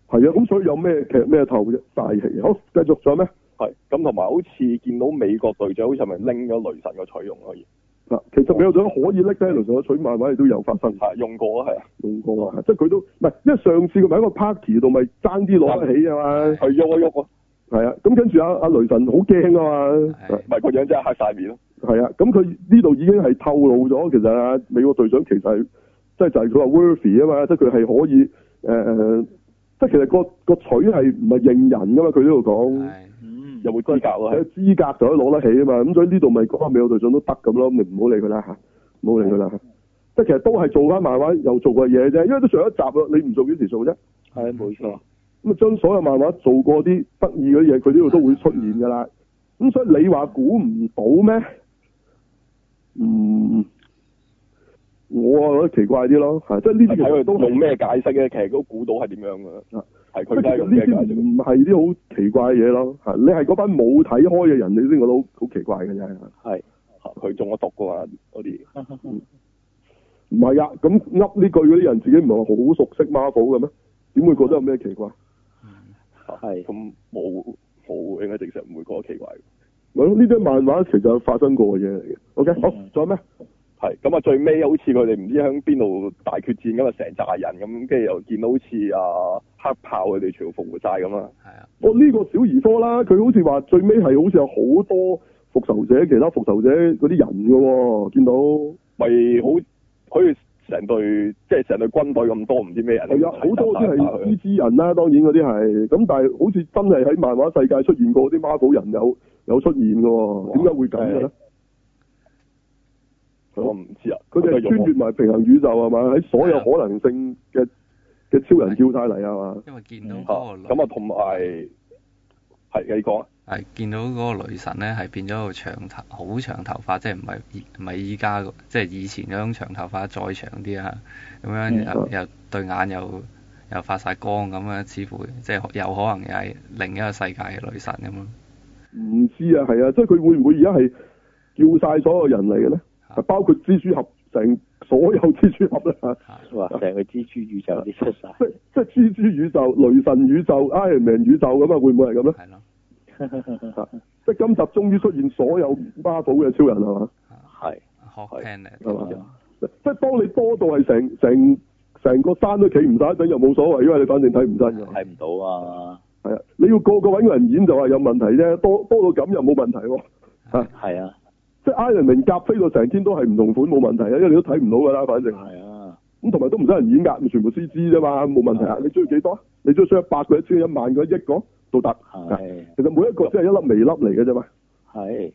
[SPEAKER 1] 係啊，咁所以有咩劇咩頭啫，大戲。好，繼續仲有咩？
[SPEAKER 4] 係咁，同埋好似見到美國隊長好似係咪拎咗雷神個取用可以？
[SPEAKER 1] 嗱，其實美國隊可以拎低雷神嘅取漫畫，亦都有發生
[SPEAKER 4] 係用過啊，係啊，
[SPEAKER 1] 用過啊，即係佢都唔係，因為上次佢咪喺個 party 度咪爭啲攞得起啊嘛，
[SPEAKER 4] 佢喐一喐咯，
[SPEAKER 1] 係啊，咁跟住阿阿雷神好驚啊嘛，
[SPEAKER 3] 係
[SPEAKER 4] 唔係個樣真係黑晒面咯。
[SPEAKER 1] 係啊，咁佢呢度已經係透露咗，其實啊，美國隊長其實係即係就係佢話 worthy 啊嘛，即係佢係可以誒、呃、即係其實個個取係唔係認人噶嘛？佢呢度講。
[SPEAKER 3] 係
[SPEAKER 2] 嗯，
[SPEAKER 4] 有冇資格咯？
[SPEAKER 1] 有
[SPEAKER 4] 啊係
[SPEAKER 1] 資格就可以攞得起啊嘛，咁所以呢度咪講下美國隊長都得咁咯，咁你唔好理佢啦嚇，唔好理佢啦嚇。即係其實都係做翻漫畫又做過嘢啫，因為都上一集啦，你唔做幾時做啫？
[SPEAKER 2] 係冇錯，
[SPEAKER 1] 咁啊將所有漫畫做過啲得意嘅嘢，佢呢度都會出現㗎啦。咁所以你話估唔到咩？嗯，我啊覺得奇怪啲咯，係即係呢啲其
[SPEAKER 4] 睇
[SPEAKER 1] 實
[SPEAKER 4] 佢
[SPEAKER 1] 都係
[SPEAKER 4] 用咩解釋咧？其實都估到係點樣㗎
[SPEAKER 1] 啊
[SPEAKER 4] 啦。係
[SPEAKER 1] 即
[SPEAKER 4] 佢
[SPEAKER 1] 係
[SPEAKER 4] 都係用
[SPEAKER 1] 呢
[SPEAKER 4] 咩解
[SPEAKER 1] 啲
[SPEAKER 4] 釋？
[SPEAKER 1] 唔係啲好奇怪嘅嘢咯，嚇你係嗰班冇睇開嘅人，你先覺得好好奇怪嘅真係。
[SPEAKER 2] 係
[SPEAKER 4] 佢中咗毒㗎嘛？嗰啲
[SPEAKER 1] 唔係啊，咁噏呢句嗰啲人自己唔係好熟悉 Marvel 嘅咩？點會覺得有咩奇怪？
[SPEAKER 2] 係
[SPEAKER 4] 咁冇冇應該正常唔會覺得奇怪。
[SPEAKER 1] 咪咯，呢啲漫畫其實有發生過嘅嘢嚟嘅。OK，好，仲有咩？
[SPEAKER 4] 係咁啊！最尾好似佢哋唔知喺邊度大決戰咁啊，成扎人咁，跟住又見到好似啊黑豹佢哋全部復活晒咁啊！
[SPEAKER 3] 係啊，
[SPEAKER 1] 我哦呢個小兒科啦，佢好似話最尾係好似有好多復仇者，其他復仇者嗰啲人嘅喎，見到
[SPEAKER 4] 咪好好似成隊即係成隊軍隊咁多唔知咩人，
[SPEAKER 1] 係啊，好多啲
[SPEAKER 4] 打
[SPEAKER 1] 係
[SPEAKER 4] 佢
[SPEAKER 1] C.G. 人啦，當然嗰啲係咁，但係好似真係喺漫畫世界出現過啲 Marvel 人有有出現嘅喎，點解會咁嘅咧？
[SPEAKER 4] 我唔知啊，
[SPEAKER 1] 佢哋係穿越埋平行宇宙係啊嘛？喺所有可能性嘅嘅超人叫晒嚟係嘛？
[SPEAKER 3] 因為見到
[SPEAKER 4] 嚇
[SPEAKER 3] 嗰個女
[SPEAKER 4] 咁啊，同埋係你講啊，
[SPEAKER 3] 係見到嗰個女神咧，係變咗個長頭，好長頭髮，即係唔係依唔係依家個，即係以前嗰種長頭髮再長啲啊，咁
[SPEAKER 1] 嗯
[SPEAKER 3] 樣
[SPEAKER 1] 哦
[SPEAKER 3] 又又對眼又又發晒光咁樣，似乎即係有可能又係另一個世界嘅女神咁啊咯。
[SPEAKER 1] 唔知啊，係啊，即係佢會唔會而家係叫晒所有人嚟嘅咧
[SPEAKER 3] 啊？
[SPEAKER 1] 包括蜘蛛俠成所有蜘蛛俠咧嚇，
[SPEAKER 3] 嚇
[SPEAKER 2] 哇！成個蜘蛛宇宙跌出晒，
[SPEAKER 1] 即即係蜘蛛宇宙、雷神宇宙、Iron Man 宇宙咁啊，會唔會係咁咧？
[SPEAKER 3] 係咯，
[SPEAKER 1] 即係今集終於出現所有 Marvel 嘅超人係嘛？
[SPEAKER 2] 係
[SPEAKER 3] Hot Planet
[SPEAKER 1] 係
[SPEAKER 2] 啊
[SPEAKER 1] 嘛？即即係當你多到係成成成個山都企唔晒嗰陣，又冇所謂，因為你反正睇唔真㗎。
[SPEAKER 2] 睇唔到啊，
[SPEAKER 1] 係啊，你要個個揾個人演就話有問題啫，多多到咁又冇問題喎、啊
[SPEAKER 2] 係啊，
[SPEAKER 1] 即係 Iron Man 夾飛到成天都係唔同款冇問題啊，因為你都睇唔到㗎啦，反正。
[SPEAKER 2] 係啊，
[SPEAKER 1] 咁同埋都唔使人演壓，咪全部 C G 啫嘛，冇問題啊！你中意幾多？你中意一百個、一千個、一萬個、一億個都得。
[SPEAKER 2] 啊
[SPEAKER 1] 啊
[SPEAKER 2] 係
[SPEAKER 1] 其實每一個只係一粒微粒嚟嘅啫嘛。
[SPEAKER 2] 係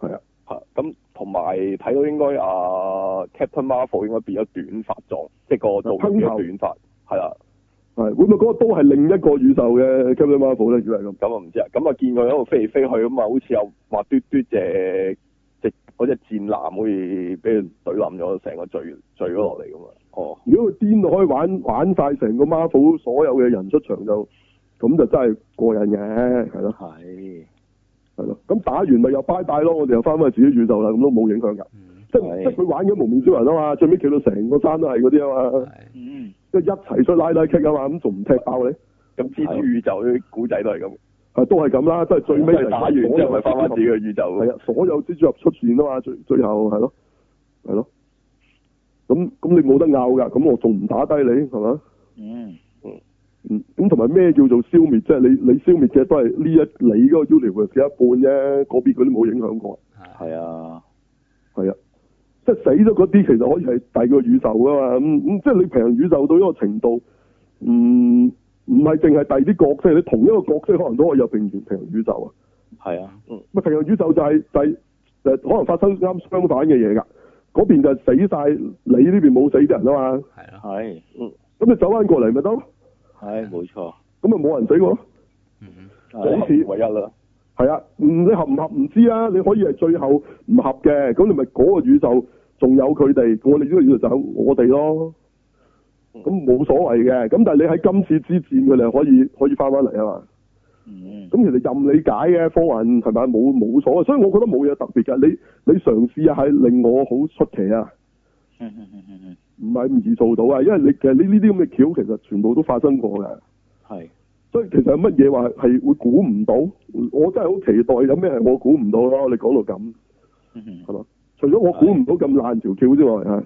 [SPEAKER 1] 係啊，
[SPEAKER 4] 嚇咁同埋睇到應該啊 Captain Marvel 應該變咗短髮狀，即係
[SPEAKER 1] 啊
[SPEAKER 4] 個造型變咗短髮，係啦。
[SPEAKER 1] 係會唔會嗰個都係另一個宇宙嘅 Captain Marvel 咧？如果係咁，
[SPEAKER 4] 咁啊唔知啊，咁啊見佢喺度飛嚟飛去咁啊，好似有滑嘟嘟隻隻嗰只戰艦好似俾佢懟冧咗，成個墜墜咗落嚟咁啊！哦，
[SPEAKER 1] 如果佢癲到可以玩玩晒成個 Marvel 所有嘅人出場就咁就真係過癮嘅，係咯
[SPEAKER 2] 係
[SPEAKER 1] 係咯。咁打完咪又拜拜咯，我哋又翻返去自己宇宙啦，咁都冇影響㗎。
[SPEAKER 3] 嗯，
[SPEAKER 1] 即即
[SPEAKER 2] 係
[SPEAKER 1] 係佢玩緊無面超人啊嘛，最尾企到成個山都係嗰啲啊嘛，
[SPEAKER 3] 係
[SPEAKER 2] 嗯
[SPEAKER 1] 即係一齊出拉拉 kick 啊嘛，咁仲唔踢爆你？
[SPEAKER 4] 咁蜘蛛宇宙啲古仔都係咁，
[SPEAKER 1] 啊，都係咁啦，即係最尾
[SPEAKER 4] 即係打完之後咪翻翻自己嘅宇宙。
[SPEAKER 1] 係啊，所有蜘蛛俠出現啊嘛，最最後係咯，係咯。咁咁你冇得拗㗎，咁我仲唔打低你係嘛？
[SPEAKER 2] 嗯
[SPEAKER 1] 嗯，咁同埋咩叫做消滅啫？你你消滅嘅都係呢一你嗰個 universe 嘅一半啫，嗰邊嗰啲冇影響過。
[SPEAKER 3] 係
[SPEAKER 2] 係啊，
[SPEAKER 1] 係啊，即係死咗嗰啲其實可以係第二個宇宙㗎嘛。咁、咁即係你平行宇宙到一個程度，嗯，唔係淨係第二啲角色，你同一個角色可能都可以有平行平行宇宙啊。
[SPEAKER 2] 係啊，
[SPEAKER 1] 咪平行宇宙就係、就係、就係呃可能發生啱相反嘅嘢㗎。嗰邊就係死晒，你呢邊冇死啲人啊嘛。
[SPEAKER 3] 係咯，
[SPEAKER 2] 係
[SPEAKER 1] 咁你走翻過嚟咪得咯，
[SPEAKER 2] 係冇錯，
[SPEAKER 1] 咁咪冇人死過咯。
[SPEAKER 3] 嗯
[SPEAKER 2] 係
[SPEAKER 4] 好似唯一啦，
[SPEAKER 1] 係啊，嗯，你合唔合唔知啊？你可以係最後唔合嘅，咁你咪嗰個宇宙仲有佢哋，我哋呢個宇宙就有我哋咯。咁冇所謂嘅，咁但係你喺今次之戰，佢哋係可以可以翻翻嚟啊嘛。
[SPEAKER 2] 嗯
[SPEAKER 1] 咁其實任你解嘅科幻係咪啊冇冇所謂？所以我覺得冇嘢特別嘅。你你嘗試係令我好出奇啊！
[SPEAKER 2] 嗯嗯嗯嗯嗯
[SPEAKER 1] 唔係唔易做到啊，因為你其實你呢啲咁嘅橋其實全部都發生過嘅，
[SPEAKER 2] 係
[SPEAKER 1] 所以其實有乜嘢話係會估唔到，我真係好期待有咩係我估唔到咯。你講到咁，
[SPEAKER 2] 嗯嗯
[SPEAKER 1] 係嘛？除咗我估唔到咁爛條橋之外，係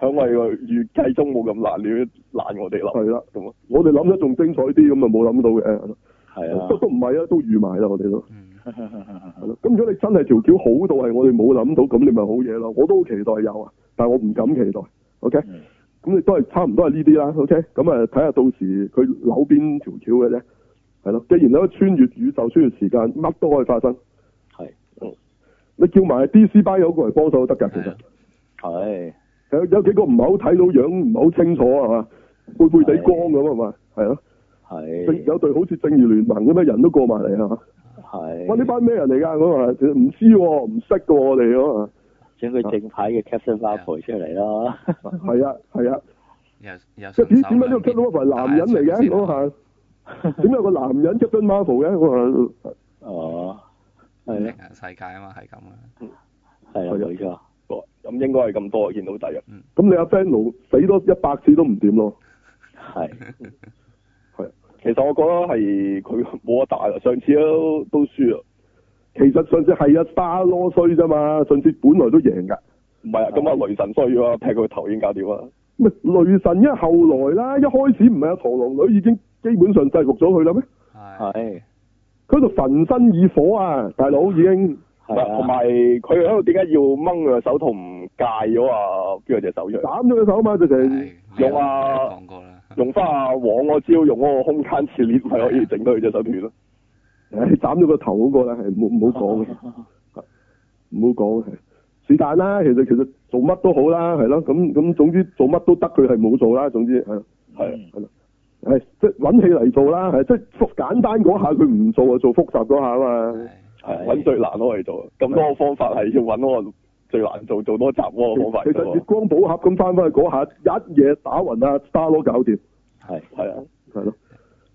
[SPEAKER 4] 響我哋個預計中冇咁難，你都難我哋諗
[SPEAKER 1] 係啦，
[SPEAKER 4] 咁啊！
[SPEAKER 1] 我哋諗得仲精彩啲，咁啊冇諗到嘅，
[SPEAKER 2] 係
[SPEAKER 1] 都
[SPEAKER 2] 啊，
[SPEAKER 1] 都唔係啊，都預埋啦，我哋都
[SPEAKER 3] 嗯
[SPEAKER 1] 係咯。咁如果你真係條橋好到係我哋冇諗到，咁你咪好嘢咯。我都好期待有啊，但係我唔敢期待。OK，
[SPEAKER 2] 嗯
[SPEAKER 1] 咁你都係差唔多係呢啲啦，OK？咁啊，睇下到時佢扭邊條橋嘅啫，係咯。既然你可以穿越宇宙、穿越時間，乜都可以發生。
[SPEAKER 2] 係
[SPEAKER 1] 你叫埋 DC 班友過嚟幫手都得㗎，其實
[SPEAKER 3] 係
[SPEAKER 2] 係
[SPEAKER 1] 有有幾個唔係好睇到樣，唔係好清楚啊係嘛，背背地光咁係嘛，係咯。正
[SPEAKER 2] 係
[SPEAKER 1] 有隊好似正義聯盟咁樣人都過埋嚟係嘛？
[SPEAKER 2] 係。
[SPEAKER 1] 哇！呢班咩人嚟㗎？咁啊，唔知喎，唔識㗎喎，我哋 咁啊，
[SPEAKER 2] 將佢正牌嘅 Captain Marvel 出嚟啦，
[SPEAKER 1] 係啊係啊。
[SPEAKER 3] 又又
[SPEAKER 1] 即係點點解呢
[SPEAKER 3] 順手兩
[SPEAKER 1] 個 Captain
[SPEAKER 3] 邊
[SPEAKER 1] Marvel 係男人嚟
[SPEAKER 3] 打一
[SPEAKER 1] 嘅？
[SPEAKER 3] 場
[SPEAKER 1] 我
[SPEAKER 3] 先啊
[SPEAKER 1] 下點解有個男人 Captain Marvel 嘅？我話
[SPEAKER 2] 哦，係咧
[SPEAKER 3] 平，行世界啊嘛，係咁嘅。
[SPEAKER 2] 係
[SPEAKER 1] 啊
[SPEAKER 2] 啦，冇錯，
[SPEAKER 4] 咁應該係咁多，見到第一。
[SPEAKER 1] 咁你阿 f a n l 死多一百次都唔掂咯。
[SPEAKER 2] 係
[SPEAKER 4] 其實我覺得係佢冇得打啦，上次都都輸啊，
[SPEAKER 1] 其實上次係啊沙羅衰啫嘛，上次本來都贏㗎。
[SPEAKER 4] 唔係啊，咁啊雷神衰咗啊，劈佢個頭已經搞掂啦。
[SPEAKER 1] 咪啊雷神因為後來啦，一開始唔係阿螳螂女已經基本上制服咗佢啦咩？
[SPEAKER 3] 係
[SPEAKER 2] 係
[SPEAKER 1] 佢度焚身以火啊，大佬已經
[SPEAKER 4] 唔係同
[SPEAKER 2] 係啊，
[SPEAKER 4] 埋佢喺度點解要掹佢個手套唔戒咗啊？邊個隻手出嚟？
[SPEAKER 1] 斬咗佢手嘛，直情
[SPEAKER 3] 係
[SPEAKER 4] 有啊
[SPEAKER 3] 講過啦，
[SPEAKER 4] 用翻阿王嗰招，用嗰個空間切裂，咪可以整到佢隻手斷咯。
[SPEAKER 1] 唉斬咗個頭嗰個啦，係唔好唔好講嘅，唔好講嘅，係是但啦。其實其實做乜都好啦，係咯，咁咁總之做乜都得，佢係冇做啦。總之係咯
[SPEAKER 4] 係
[SPEAKER 2] 嗯
[SPEAKER 1] 係即係揾戲嚟做啦，係即係複簡單嗰下佢唔做啊，做複雜嗰下啊嘛。
[SPEAKER 3] 係
[SPEAKER 2] 係
[SPEAKER 4] 係揾最難攞嚟做，咁多個方法係要揾嗰個最難做，做多集嗰個方法啊
[SPEAKER 1] 其
[SPEAKER 4] 㗎
[SPEAKER 1] 實月
[SPEAKER 4] 喎。
[SPEAKER 1] 光寶盒咁翻返去嗰下，一嘢打暈啊，Star 搞掂。
[SPEAKER 2] 係
[SPEAKER 4] 係啊，
[SPEAKER 1] 系咯，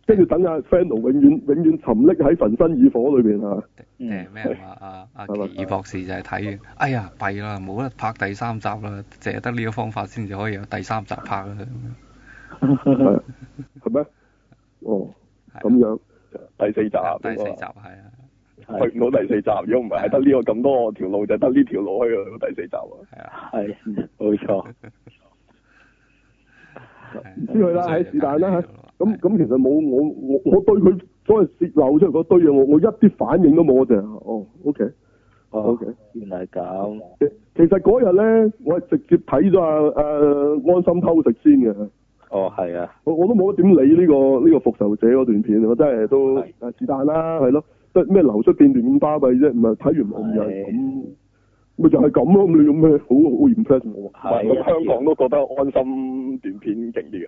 [SPEAKER 1] 跟住等阿 Fano 永遠永遠沉溺喺焚身以火裏啊边吓，
[SPEAKER 2] 嗯
[SPEAKER 3] 誒咩話啊啊
[SPEAKER 1] 係咪
[SPEAKER 3] 奇異博士就係睇完，哎呀弊啦，冇得拍第三集啦，淨係得呢個方法先至可以有第三集拍啦。咁樣
[SPEAKER 1] 係啊係咩？哦，
[SPEAKER 3] 係啊
[SPEAKER 1] 咁樣
[SPEAKER 4] 第四集，
[SPEAKER 3] 第四集
[SPEAKER 4] 去
[SPEAKER 3] 係啊，
[SPEAKER 2] 係
[SPEAKER 4] 唔到第四集，如果唔係係得呢個咁多條路，就係得呢條路可以去到第四集啊。
[SPEAKER 3] 係啊，
[SPEAKER 2] 係冇錯，
[SPEAKER 3] 係啊
[SPEAKER 1] 唔知佢啦，
[SPEAKER 3] 所以
[SPEAKER 1] 喺
[SPEAKER 3] 就是
[SPEAKER 1] 但啦
[SPEAKER 3] 揀呢
[SPEAKER 1] 吓。
[SPEAKER 3] 個
[SPEAKER 1] 咁
[SPEAKER 3] 咯
[SPEAKER 1] 咁其實冇我我我對佢所謂泄漏出嚟嗰堆嘢，我我一啲反應都冇，我就係哦，OK
[SPEAKER 2] 哦
[SPEAKER 1] OK。
[SPEAKER 2] 原來咁，
[SPEAKER 1] 其其實嗰日咧，我係直接睇咗阿阿安心偷食先嘅，
[SPEAKER 2] 哦係啊，
[SPEAKER 1] 我我都冇乜點理呢、個呢、個復仇者嗰段片，我真係都
[SPEAKER 2] 係
[SPEAKER 1] 啊是但啦，係咯，即係咩流出片段咁巴閉啫，唔係睇完我又係
[SPEAKER 2] 係
[SPEAKER 1] 咁，咪就係咁咯，咁你有咩好好 impress 我啊？
[SPEAKER 2] 係
[SPEAKER 4] 唔係咁
[SPEAKER 2] 啊
[SPEAKER 4] 香港都覺得安心短片勁啲嘅，